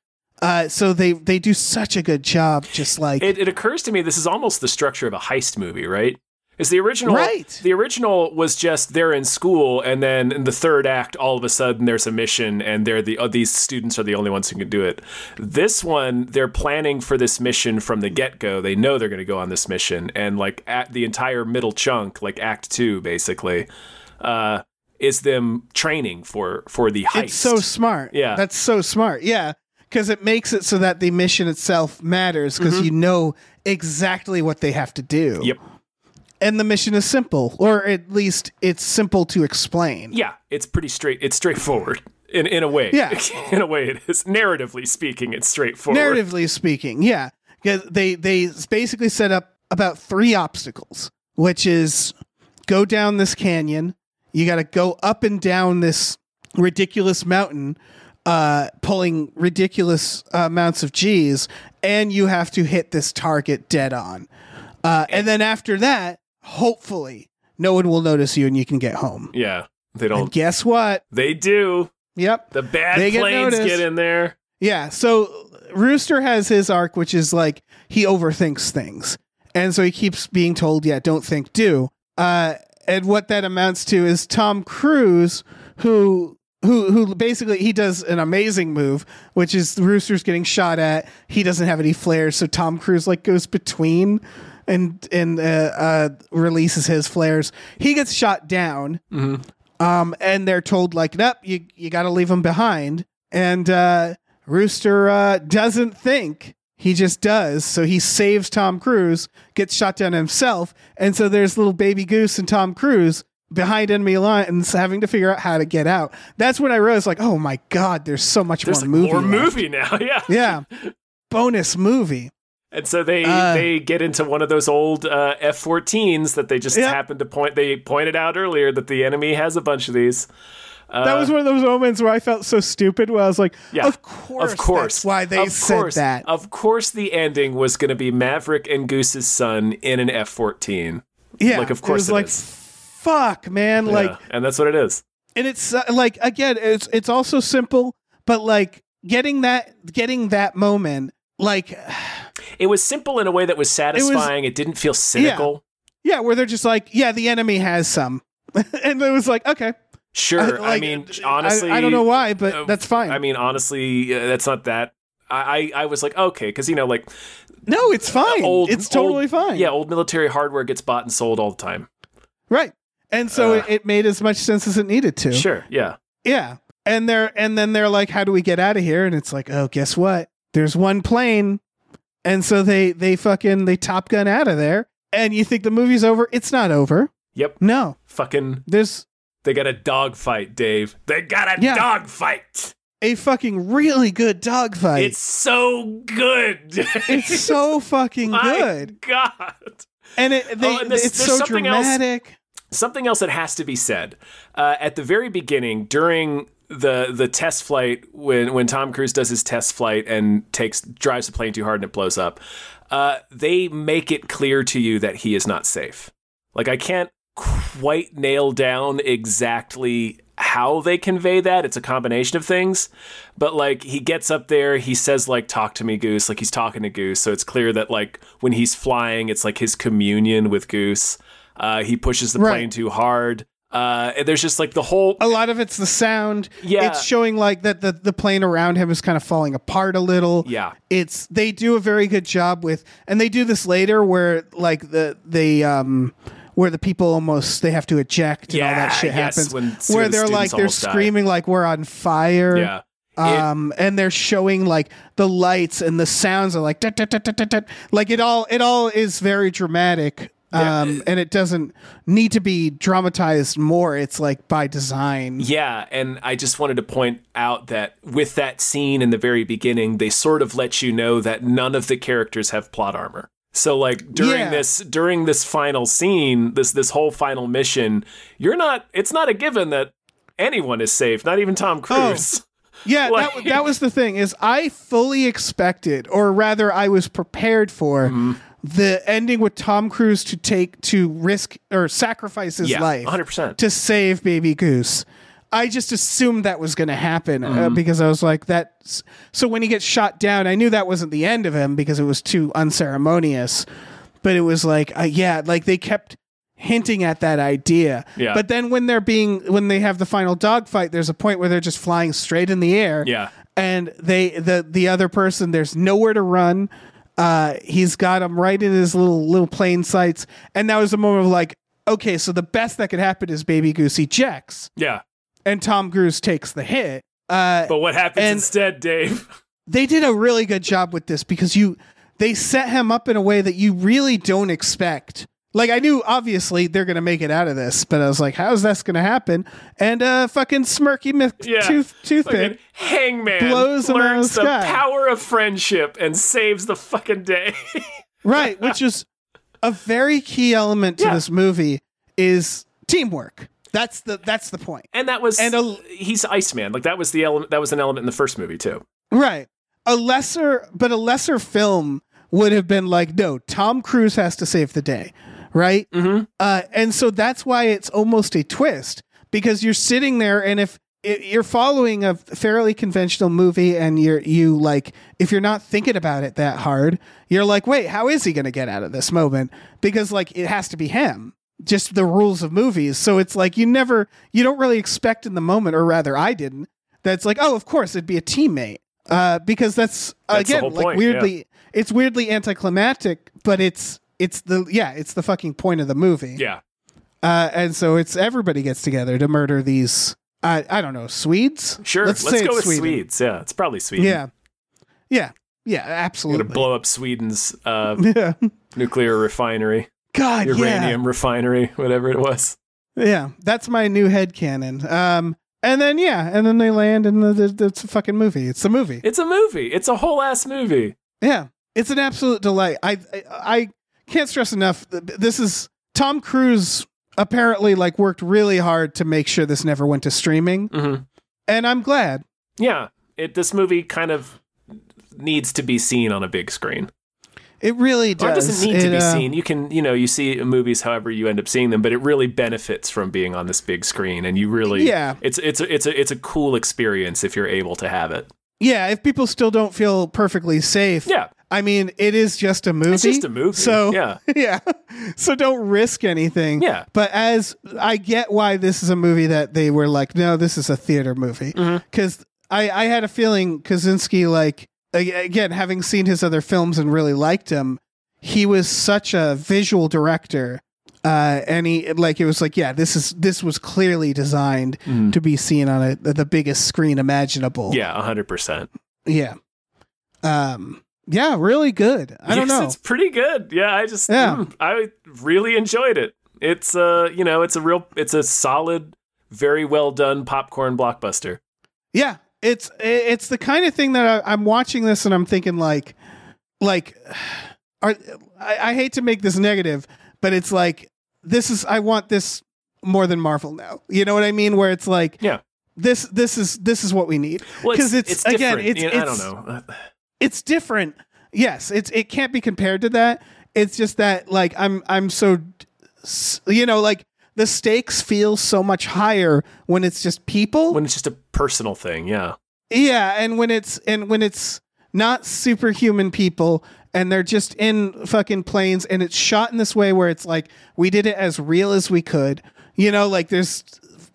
S2: Uh, so they they do such a good job, just like
S1: it, it occurs to me this is almost the structure of a heist movie, right? Is the original
S2: Right.
S1: the original was just they're in school and then in the third act all of a sudden there's a mission and they're the oh, these students are the only ones who can do it. This one they're planning for this mission from the get-go. They know they're going to go on this mission and like at the entire middle chunk, like act 2 basically, uh is them training for for the heist.
S2: It's so smart.
S1: Yeah.
S2: That's so smart. Yeah. Because it makes it so that the mission itself matters because you know exactly what they have to do.
S1: Mm-hmm. Yep.
S2: And the mission is simple, or at least it's simple to explain.
S1: yeah, it's pretty straight. It's straightforward in in a way.
S2: Yeah.
S1: in a way, it is. Narratively speaking, it's straightforward.
S2: Narratively speaking, yeah, 'Cause they they basically set up about three obstacles, which is go down this canyon, you got to go up and down this ridiculous mountain, uh, pulling ridiculous uh, amounts of G's, and you have to hit this target dead on, uh, and then after that, hopefully, no one will notice you and you can get home.
S1: Yeah, they
S2: And
S1: don't.
S2: guess what?
S1: They do.
S2: Yep,
S1: The bad
S2: They get
S1: planes
S2: noticed.
S1: get in there.
S2: Yeah. So Rooster has his arc, which is like he overthinks things. And so he keeps being told, yeah, don't think, do. Uh, and what that amounts to is Tom Cruise, who. Who, who basically he does an amazing move, which is the Rooster's getting shot at. He doesn't have any flares, so Tom Cruise like goes between and and uh, uh, releases his flares. He gets shot down, um, and they're told like, nope, you you got to leave him behind. And uh, Rooster uh, doesn't think he just does, so he saves Tom Cruise, gets shot down himself, and so there's little baby goose and Tom Cruise behind enemy lines, having to figure out how to get out. That's when I realized like, oh my god, there's so much
S1: There's
S2: more
S1: like
S2: movie.
S1: more
S2: left.
S1: movie now. Yeah.
S2: Yeah, bonus movie.
S1: And so they
S2: Uh,
S1: they get into one of those old uh, F-14s that they just
S2: Yeah.
S1: happened to point. They pointed out earlier that the enemy has a bunch of these. Uh,
S2: That was one of those moments where I felt so stupid. Where I was like,
S1: Yeah.
S2: of course,
S1: Of course.
S2: that's why they
S1: of
S2: said
S1: course,
S2: that.
S1: Of course, the ending was going to be Maverick and Goose's son in an F 14.
S2: Yeah,
S1: Like, of course
S2: it was
S1: it
S2: like,
S1: is.
S2: fuck, man, like,
S1: and that's what it is.
S2: and it's uh, like again, it's it's also simple, but like getting that getting that moment, like,
S1: It was simple in a way that was satisfying. It, didn't feel cynical.
S2: yeah, where they're just like, yeah, the enemy has some, and it was like, okay,
S1: Sure. I
S2: Like,
S1: mean,
S2: I-
S1: honestly,
S2: I, don't know why, but
S1: uh,
S2: that's fine.
S1: I mean, honestly, uh, that's not that. I, I, I was like, okay, because you know, like
S2: No, it's fine.
S1: old
S2: it's
S1: old-
S2: totally fine.
S1: Yeah, old military hardware gets bought and sold all the time.
S2: Right. And so
S1: Uh.
S2: it, it made as much sense as it needed to.
S1: Sure. Yeah.
S2: Yeah. And they're and then they're like, How do we get out of here? And it's like, oh, guess what? There's one plane. And so they they fucking they top gun out of there. And you think the movie's over. It's not over.
S1: Yep.
S2: No.
S1: Fucking
S2: There's
S1: they got a dogfight, Dave. They got a
S2: Yeah.
S1: dogfight.
S2: a fucking really good dogfight.
S1: It's so good.
S2: it's so fucking
S1: My
S2: good.
S1: God.
S2: And it they,
S1: Oh, and there's-
S2: it's
S1: there's
S2: so
S1: something else-
S2: dramatic.
S1: Something else that has to be said. Uh, at the very beginning, during the the test flight, when when Tom Cruise does his test flight and takes drives the plane too hard and it blows up, uh, they make it clear to you that he is not safe. Like I can't quite nail down exactly how they convey that. It's a combination of things. But like he gets up there, he says like talk to me Goose, like he's talking to Goose. So it's clear that like when he's flying, it's like his communion with Goose. Uh he pushes the
S2: Right.
S1: plane too hard. Uh and there's just like the whole
S2: A lot of it's the sound.
S1: Yeah.
S2: It's showing like that the, the plane around him is kind of falling apart a little.
S1: Yeah.
S2: It's they do a very good job with and they do this later where like the the um where the people almost they have to eject and all
S1: Yeah,
S2: that shit
S1: yes,
S2: happens.
S1: when- when
S2: where
S1: the
S2: they're like
S1: students
S2: they're
S1: almost die.
S2: screaming like we're on fire.
S1: Yeah. It-
S2: Um and they're showing like the lights and the sounds are like "Dut, dut, dut, dut, dut, dut." like it all it all is very dramatic
S1: Yeah.
S2: um and it doesn't need to be dramatized more it's like by design
S1: Yeah, and I just wanted to point out that with that scene in the very beginning, they sort of let you know that none of the characters have plot armor. So like during
S2: Yeah.
S1: this during this final scene, this this whole final mission, you're not it's not a given that anyone is safe, not even
S2: Oh,
S1: Tom Cruise.
S2: Yeah,
S1: Like-
S2: that, that was the thing is I fully expected, or rather, I was prepared for
S1: Mm-hmm.
S2: the ending with Tom Cruise to take to risk or sacrifice his
S1: yeah,
S2: life
S1: 100%.
S2: to save Baby Goose. I just assumed that was going to happen
S1: Mm-hmm.
S2: uh, because I was like that. So when he gets shot down, I knew that wasn't the end of him because it was too unceremonious. But it was like, uh, yeah, like they kept hinting at that idea.
S1: Yeah.
S2: But then when they're being when they have the final dogfight, there's a point where they're just flying straight in the air.
S1: Yeah.
S2: And they the the other person there's nowhere to run. Uh, he's got him right in his little little plane sights, and that was the moment of like, okay, so the best that could happen is Baby Goose ejects,
S1: Yeah.
S2: and Tom Cruise takes the hit. Uh,
S1: But what happens
S2: And-
S1: instead, Dave?
S2: they did a really good job with this because you they set him up in a way that you really don't expect. Like I knew obviously they're gonna make it out of this, but I was like, how is this gonna happen? And uh fucking smirky myth
S1: Yeah.
S2: tooth
S1: Fucking
S2: toothpick.
S1: hangman
S2: blows him out of
S1: learns
S2: the
S1: the
S2: sky.
S1: power of friendship and saves the fucking day.
S2: Right, which is a very key element to
S1: Yeah.
S2: this movie is teamwork. That's the that's the point.
S1: and that was
S2: And a-
S1: he's Iceman. Like that was the element that was an element in the first movie too.
S2: Right. A lesser, but a lesser film would have been like, no, Tom Cruise has to save the day, right? Mm-hmm. Uh, and so that's why it's almost a twist because you're sitting there, and if i- you're following a fairly conventional movie, and you're you like, if you're not thinking about it that hard, you're like, wait, how is he going to get out of this moment? Because like, it has to be him. Just the rules of movies. So it's like you never, you don't really expect in the moment, or rather, I didn't. That's like, oh, of course, it'd be a teammate uh, because that's,
S1: That's the
S2: again
S1: whole
S2: like
S1: point,
S2: weirdly it's weirdly anticlimactic, but it's it's the yeah it's the fucking point of the movie.
S1: Yeah.
S2: Uh, and so it's everybody gets together to murder these I I don't know Swedes.
S1: Sure. Let's,
S2: say
S1: go
S2: it's
S1: with
S2: Sweden.
S1: Swedes. Yeah. It's probably Sweden.
S2: Yeah, yeah,
S1: We're
S2: yeah.
S1: gonna
S2: Absolutely.
S1: blow up Sweden's uh,
S2: yeah.
S1: nuclear refinery,
S2: God. Uh, Yeah.
S1: uranium refinery, whatever it was.
S2: Yeah, that's my new headcanon. Um, and then yeah, and then they land, and the, the, it's a fucking movie. It's a movie.
S1: It's a movie. It's a whole ass movie.
S2: Yeah, it's an absolute delight. I I, I can't stress enough. th- This is Tom Cruise apparently like worked really hard to make sure this never went to streaming,
S1: Mhm.
S2: and I'm glad.
S1: Yeah. It this movie kind of needs to be seen on a big screen.
S2: It really does.
S1: Or it doesn't need to
S2: It,
S1: be
S2: uh,
S1: seen. You can, you know, you see movies however you end up seeing them, but it really benefits from being on this big screen and you really
S2: Yeah.
S1: it's it's a, it's a it's a cool experience if you're able to have it.
S2: Yeah, if people still don't feel perfectly safe.
S1: Yeah.
S2: I mean, it is just a movie.
S1: It's just a movie.
S2: So
S1: yeah.
S2: yeah. So don't risk anything.
S1: Yeah.
S2: But as I get why this is a movie that they
S1: Mm-hmm.
S2: were like, no, this is a theater movie because I I had a feeling Kaczynski like a- again, having seen his other films and really liked him, he was such a visual director. Uh, and he like it was like yeah this is this was clearly designed to be seen on a, the biggest screen imaginable
S1: Yeah, hundred percent.
S2: yeah um yeah really good I don't know
S1: It's pretty good. Yeah, I just
S2: Yeah.
S1: mm, I really enjoyed it. It's uh, you know, it's a real, it's a solid, very well done popcorn blockbuster.
S2: Yeah, it's it's the kind of thing that I, I'm watching this and I'm thinking like, like, are, I, I hate to make this negative, but it's like this is I want this more than Marvel now. You know what I mean? Where it's like,
S1: Yeah.
S2: this this is this is what we need
S1: Well,
S2: because it's, again
S1: different.
S2: it's,
S1: You know,
S2: it's
S1: I don't know. Uh,
S2: it's different. Yes, it's it can't be compared to that. It's just that like I'm I'm so s- you know like the stakes feel so much higher when it's just people
S1: When it's just a personal thing, yeah.
S2: Yeah, and when it's and when it's not superhuman people and they're just in fucking planes and it's shot in this way where it's like we did it as real as we could. You know, like there's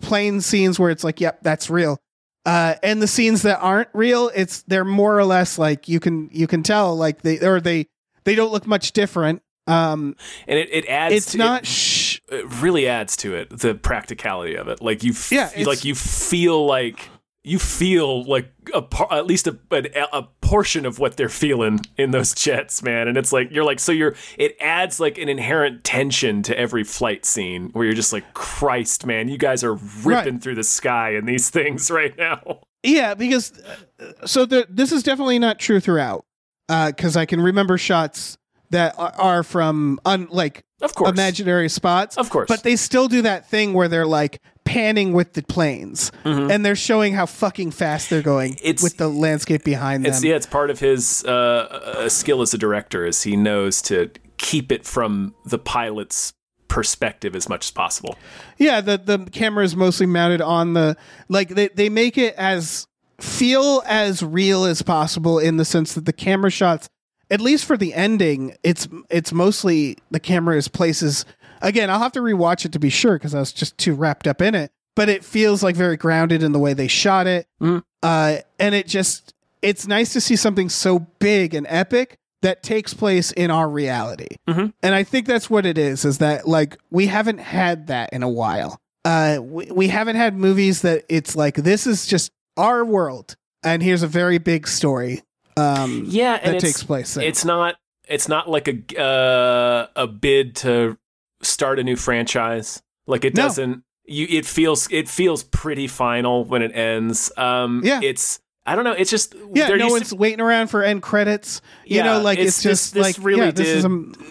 S2: plane scenes where it's like, yep, that's real. Uh, and the scenes that aren't real, it's they're more or less like you can you can tell like they or they they don't look much different. Um,
S1: And it, it adds.
S2: it's
S1: to,
S2: not
S1: It,
S2: sh-
S1: it really adds to it the practicality of it. Like you, f-
S2: Yeah, it's-
S1: like you feel like you feel like a par- at least a, an, a portion of what they're feeling in those jets, man. And it's like you're like so you're. It adds like an inherent tension to every flight scene where you're just like, Christ, man, you guys are ripping through the sky in these things right now.
S2: Yeah, because uh, so the, this is definitely not true throughout. Because I can remember shots that are, are from un, like
S1: Of course,
S2: imaginary spots,
S1: Of course.
S2: But they still do that thing where they're like panning with the planes, and they're showing how fucking fast they're going
S1: Mm-hmm. It's-
S2: with the landscape behind
S1: It's
S2: them.
S1: yeah, it's part of his uh, uh, skill as a director, is he knows to keep it from the pilot's perspective as much as possible.
S2: Yeah, the the camera is mostly mounted on the like they they make it as feel as real as possible in the sense that the camera shots at least for the ending it's it's mostly the camera is places again I'll have to rewatch it to be sure cuz I was just too wrapped up in it but it feels like very grounded in the way they shot it
S1: Mhm.
S2: uh and it just it's nice to see something so big and epic that takes place in our reality
S1: Mm-hmm.
S2: and I think that's what it is. Is that like we haven't had that in a while. Uh, we, we haven't had movies that it's like this is just our world, and here's a very big story. Um,
S1: Yeah, and
S2: that
S1: it's,
S2: takes place. There.
S1: it's not it's not like a uh, a bid to start a new franchise. Like it
S2: No.
S1: doesn't. You it feels it feels pretty final when it ends. Um,
S2: Yeah.
S1: it's I don't know. It's just
S2: yeah,
S1: there
S2: no
S1: used
S2: one's waiting around for end credits. You
S1: Yeah,
S2: know, like
S1: it's
S2: it's,
S1: this-
S2: just
S1: this
S2: like
S1: really
S2: yeah, this is
S1: did-
S2: a,
S1: to,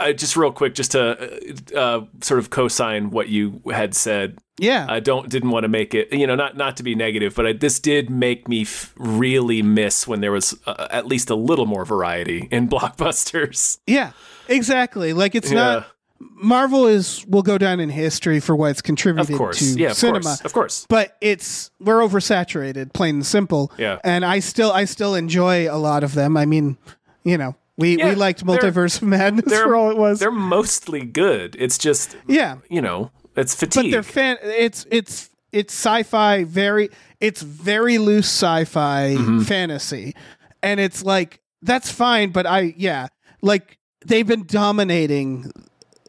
S1: uh, just real quick, just to uh, uh, sort of co-sign what you had said.
S2: yeah,
S1: I don't didn't want to make it you know not not to be negative, but I, this did make me f- really miss when there was uh, at least a little more variety in blockbusters.
S2: yeah, exactly. Like it's
S1: Yeah.
S2: not Marvel is will go down in history for what it's
S1: Of
S2: contributed
S1: course,
S2: to
S1: yeah, of
S2: cinema.
S1: course, of course.
S2: but it's we're oversaturated, plain and simple.
S1: Yeah.
S2: And I still I still enjoy a lot of them. I mean, you know, we
S1: Yeah,
S2: we liked
S1: they're-
S2: Multiverse of Madness
S1: they're-
S2: for all it was.
S1: They're mostly good. It's just
S2: Yeah,
S1: you know it's fatigue.
S2: but they're fan. It's it's it's sci-fi. Very it's very loose sci-fi fantasy, and it's like that's fine. But I yeah, like they've been dominating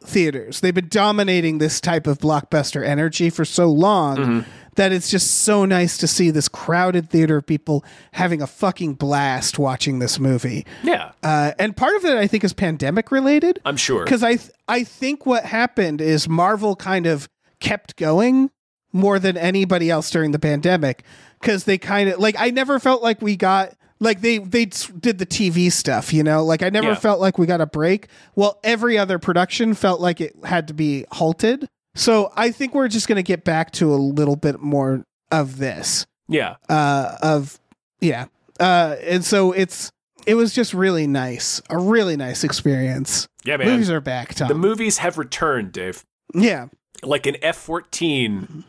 S2: theaters. They've been dominating this type of blockbuster energy for so long that it's just so nice to see this crowded theater of people having a fucking blast watching this movie.
S1: yeah,
S2: Uh, and part of it, I think, is pandemic related
S1: I'm sure.
S2: because I th- I think what happened is Marvel kind of kept going more than anybody else during the pandemic because they kind of like I never felt like we got like they they s- did the TV stuff you know like I never
S1: Yeah.
S2: felt like we got a break well every other production felt like it had to be halted so I think we're just gonna get back to a little bit more of this
S1: Yeah,
S2: uh of yeah uh and so it's it was just really nice a really nice experience
S1: yeah, man.
S2: movies are back Tom
S1: the movies have returned, Dave,
S2: yeah,
S1: like an F-14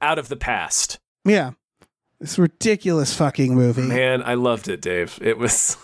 S1: out of the past.
S2: yeah. This ridiculous fucking movie.
S1: Man, I loved it, Dave. It was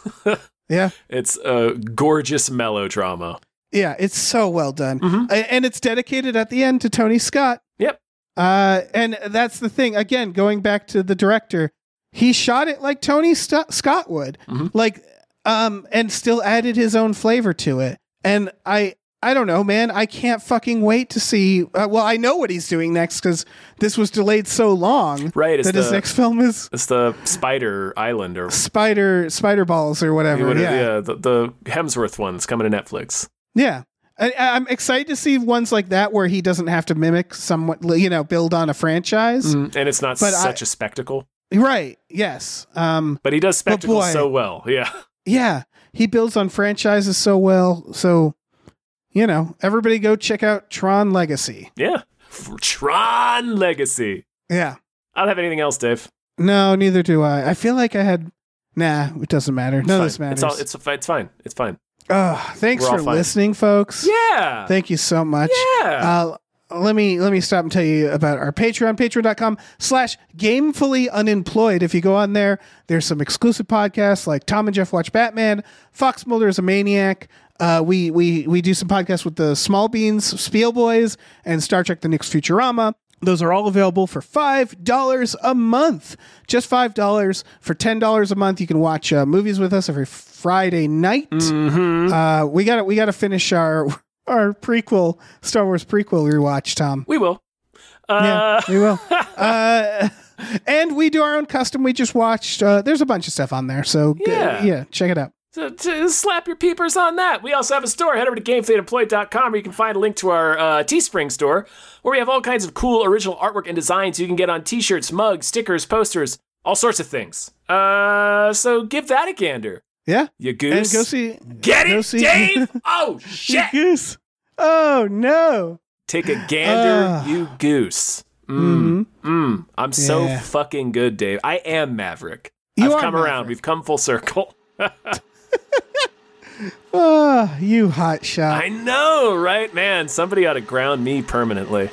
S2: Yeah,
S1: it's a gorgeous melodrama.
S2: yeah. It's so well done,
S1: Mhm.
S2: A- and it's dedicated at the end to Tony Scott.
S1: Yep.
S2: Uh, and that's the thing. Again, going back to the director, he shot it like Tony St- Scott would,
S1: Mm-hmm.
S2: like, um, and still added his own flavor to it. And I, I don't know, man. I can't fucking wait to see. Uh, well, I know what he's doing next because this was delayed so long.
S1: Right, it's
S2: that his
S1: the-
S2: next film is
S1: It's the Spider Island or
S2: Spider Spider Balls or whatever.
S1: what are-
S2: yeah.
S1: yeah, the, the Hemsworth one that's coming to Netflix.
S2: Yeah. I, I'm excited to see ones like that where he doesn't have to mimic somewhat, you know, build on a franchise.
S1: Mm, And it's not
S2: But I-
S1: such a spectacle,
S2: Right. Yes. Um,
S1: but he does
S2: But
S1: spectacles
S2: boy.
S1: so well. Yeah.
S2: yeah. He builds on franchises so well. So, you know, everybody go check out Tron Legacy.
S1: Yeah. Tron Legacy.
S2: Yeah.
S1: I don't have anything else, Dave.
S2: No, neither do I. I feel like I had. Nah, it doesn't matter. None of this
S1: Fine. It's,
S2: matters.
S1: all, it's, it's fine. It's fine.
S2: Ugh, thanks
S1: we're all
S2: for
S1: fine.
S2: listening, folks.
S1: Yeah.
S2: Thank you so much.
S1: yeah.
S2: Uh, let me let me stop and tell you about our Patreon, patreon.com slash gamefully unemployed. If you go on there, there's some exclusive podcasts like Tom and Jeff Watch Batman, Fox Mulder is a Maniac. Uh, we we we do some podcasts with the Small Beans, Spiel Boys, and Star Trek the Next Futurama. Those are all available for five dollars a month. Just five dollars for ten dollars a month. You can watch uh, movies with us every Friday night. Uh, we got to we got to finish our our prequel Star Wars prequel rewatch, Tom.
S1: we will.
S2: Yeah,
S1: Uh,
S2: we will. uh, and we do our own custom. We just watched. Uh, there's a bunch of stuff on there, so g-
S1: Yeah.
S2: yeah, check it out.
S1: to, to slap your peepers on that. We also have a store. Head over to gamefleetemployed.com where you can find a link to our uh, Teespring store where we have all kinds of cool original artwork and designs you can get on t shirts, mugs, stickers, posters, all sorts of things. Uh, so give that a gander.
S2: Yeah,
S1: You
S2: and
S1: goose.
S2: go see.
S1: Get
S2: go
S1: it,
S2: see-
S1: Dave? Oh,
S2: You
S1: shit.
S2: goose. Oh no.
S1: Take a gander,
S2: Ah. Mm-hmm.
S1: you goose. Mm, mm. I'm so
S2: Yeah.
S1: fucking good, Dave. I am Maverick.
S2: You
S1: I've
S2: are
S1: come around.
S2: Maverick.
S1: We've come full circle.
S2: Oh, you hot shot. Ah,
S1: I know, right? Man, somebody ought to ground me permanently.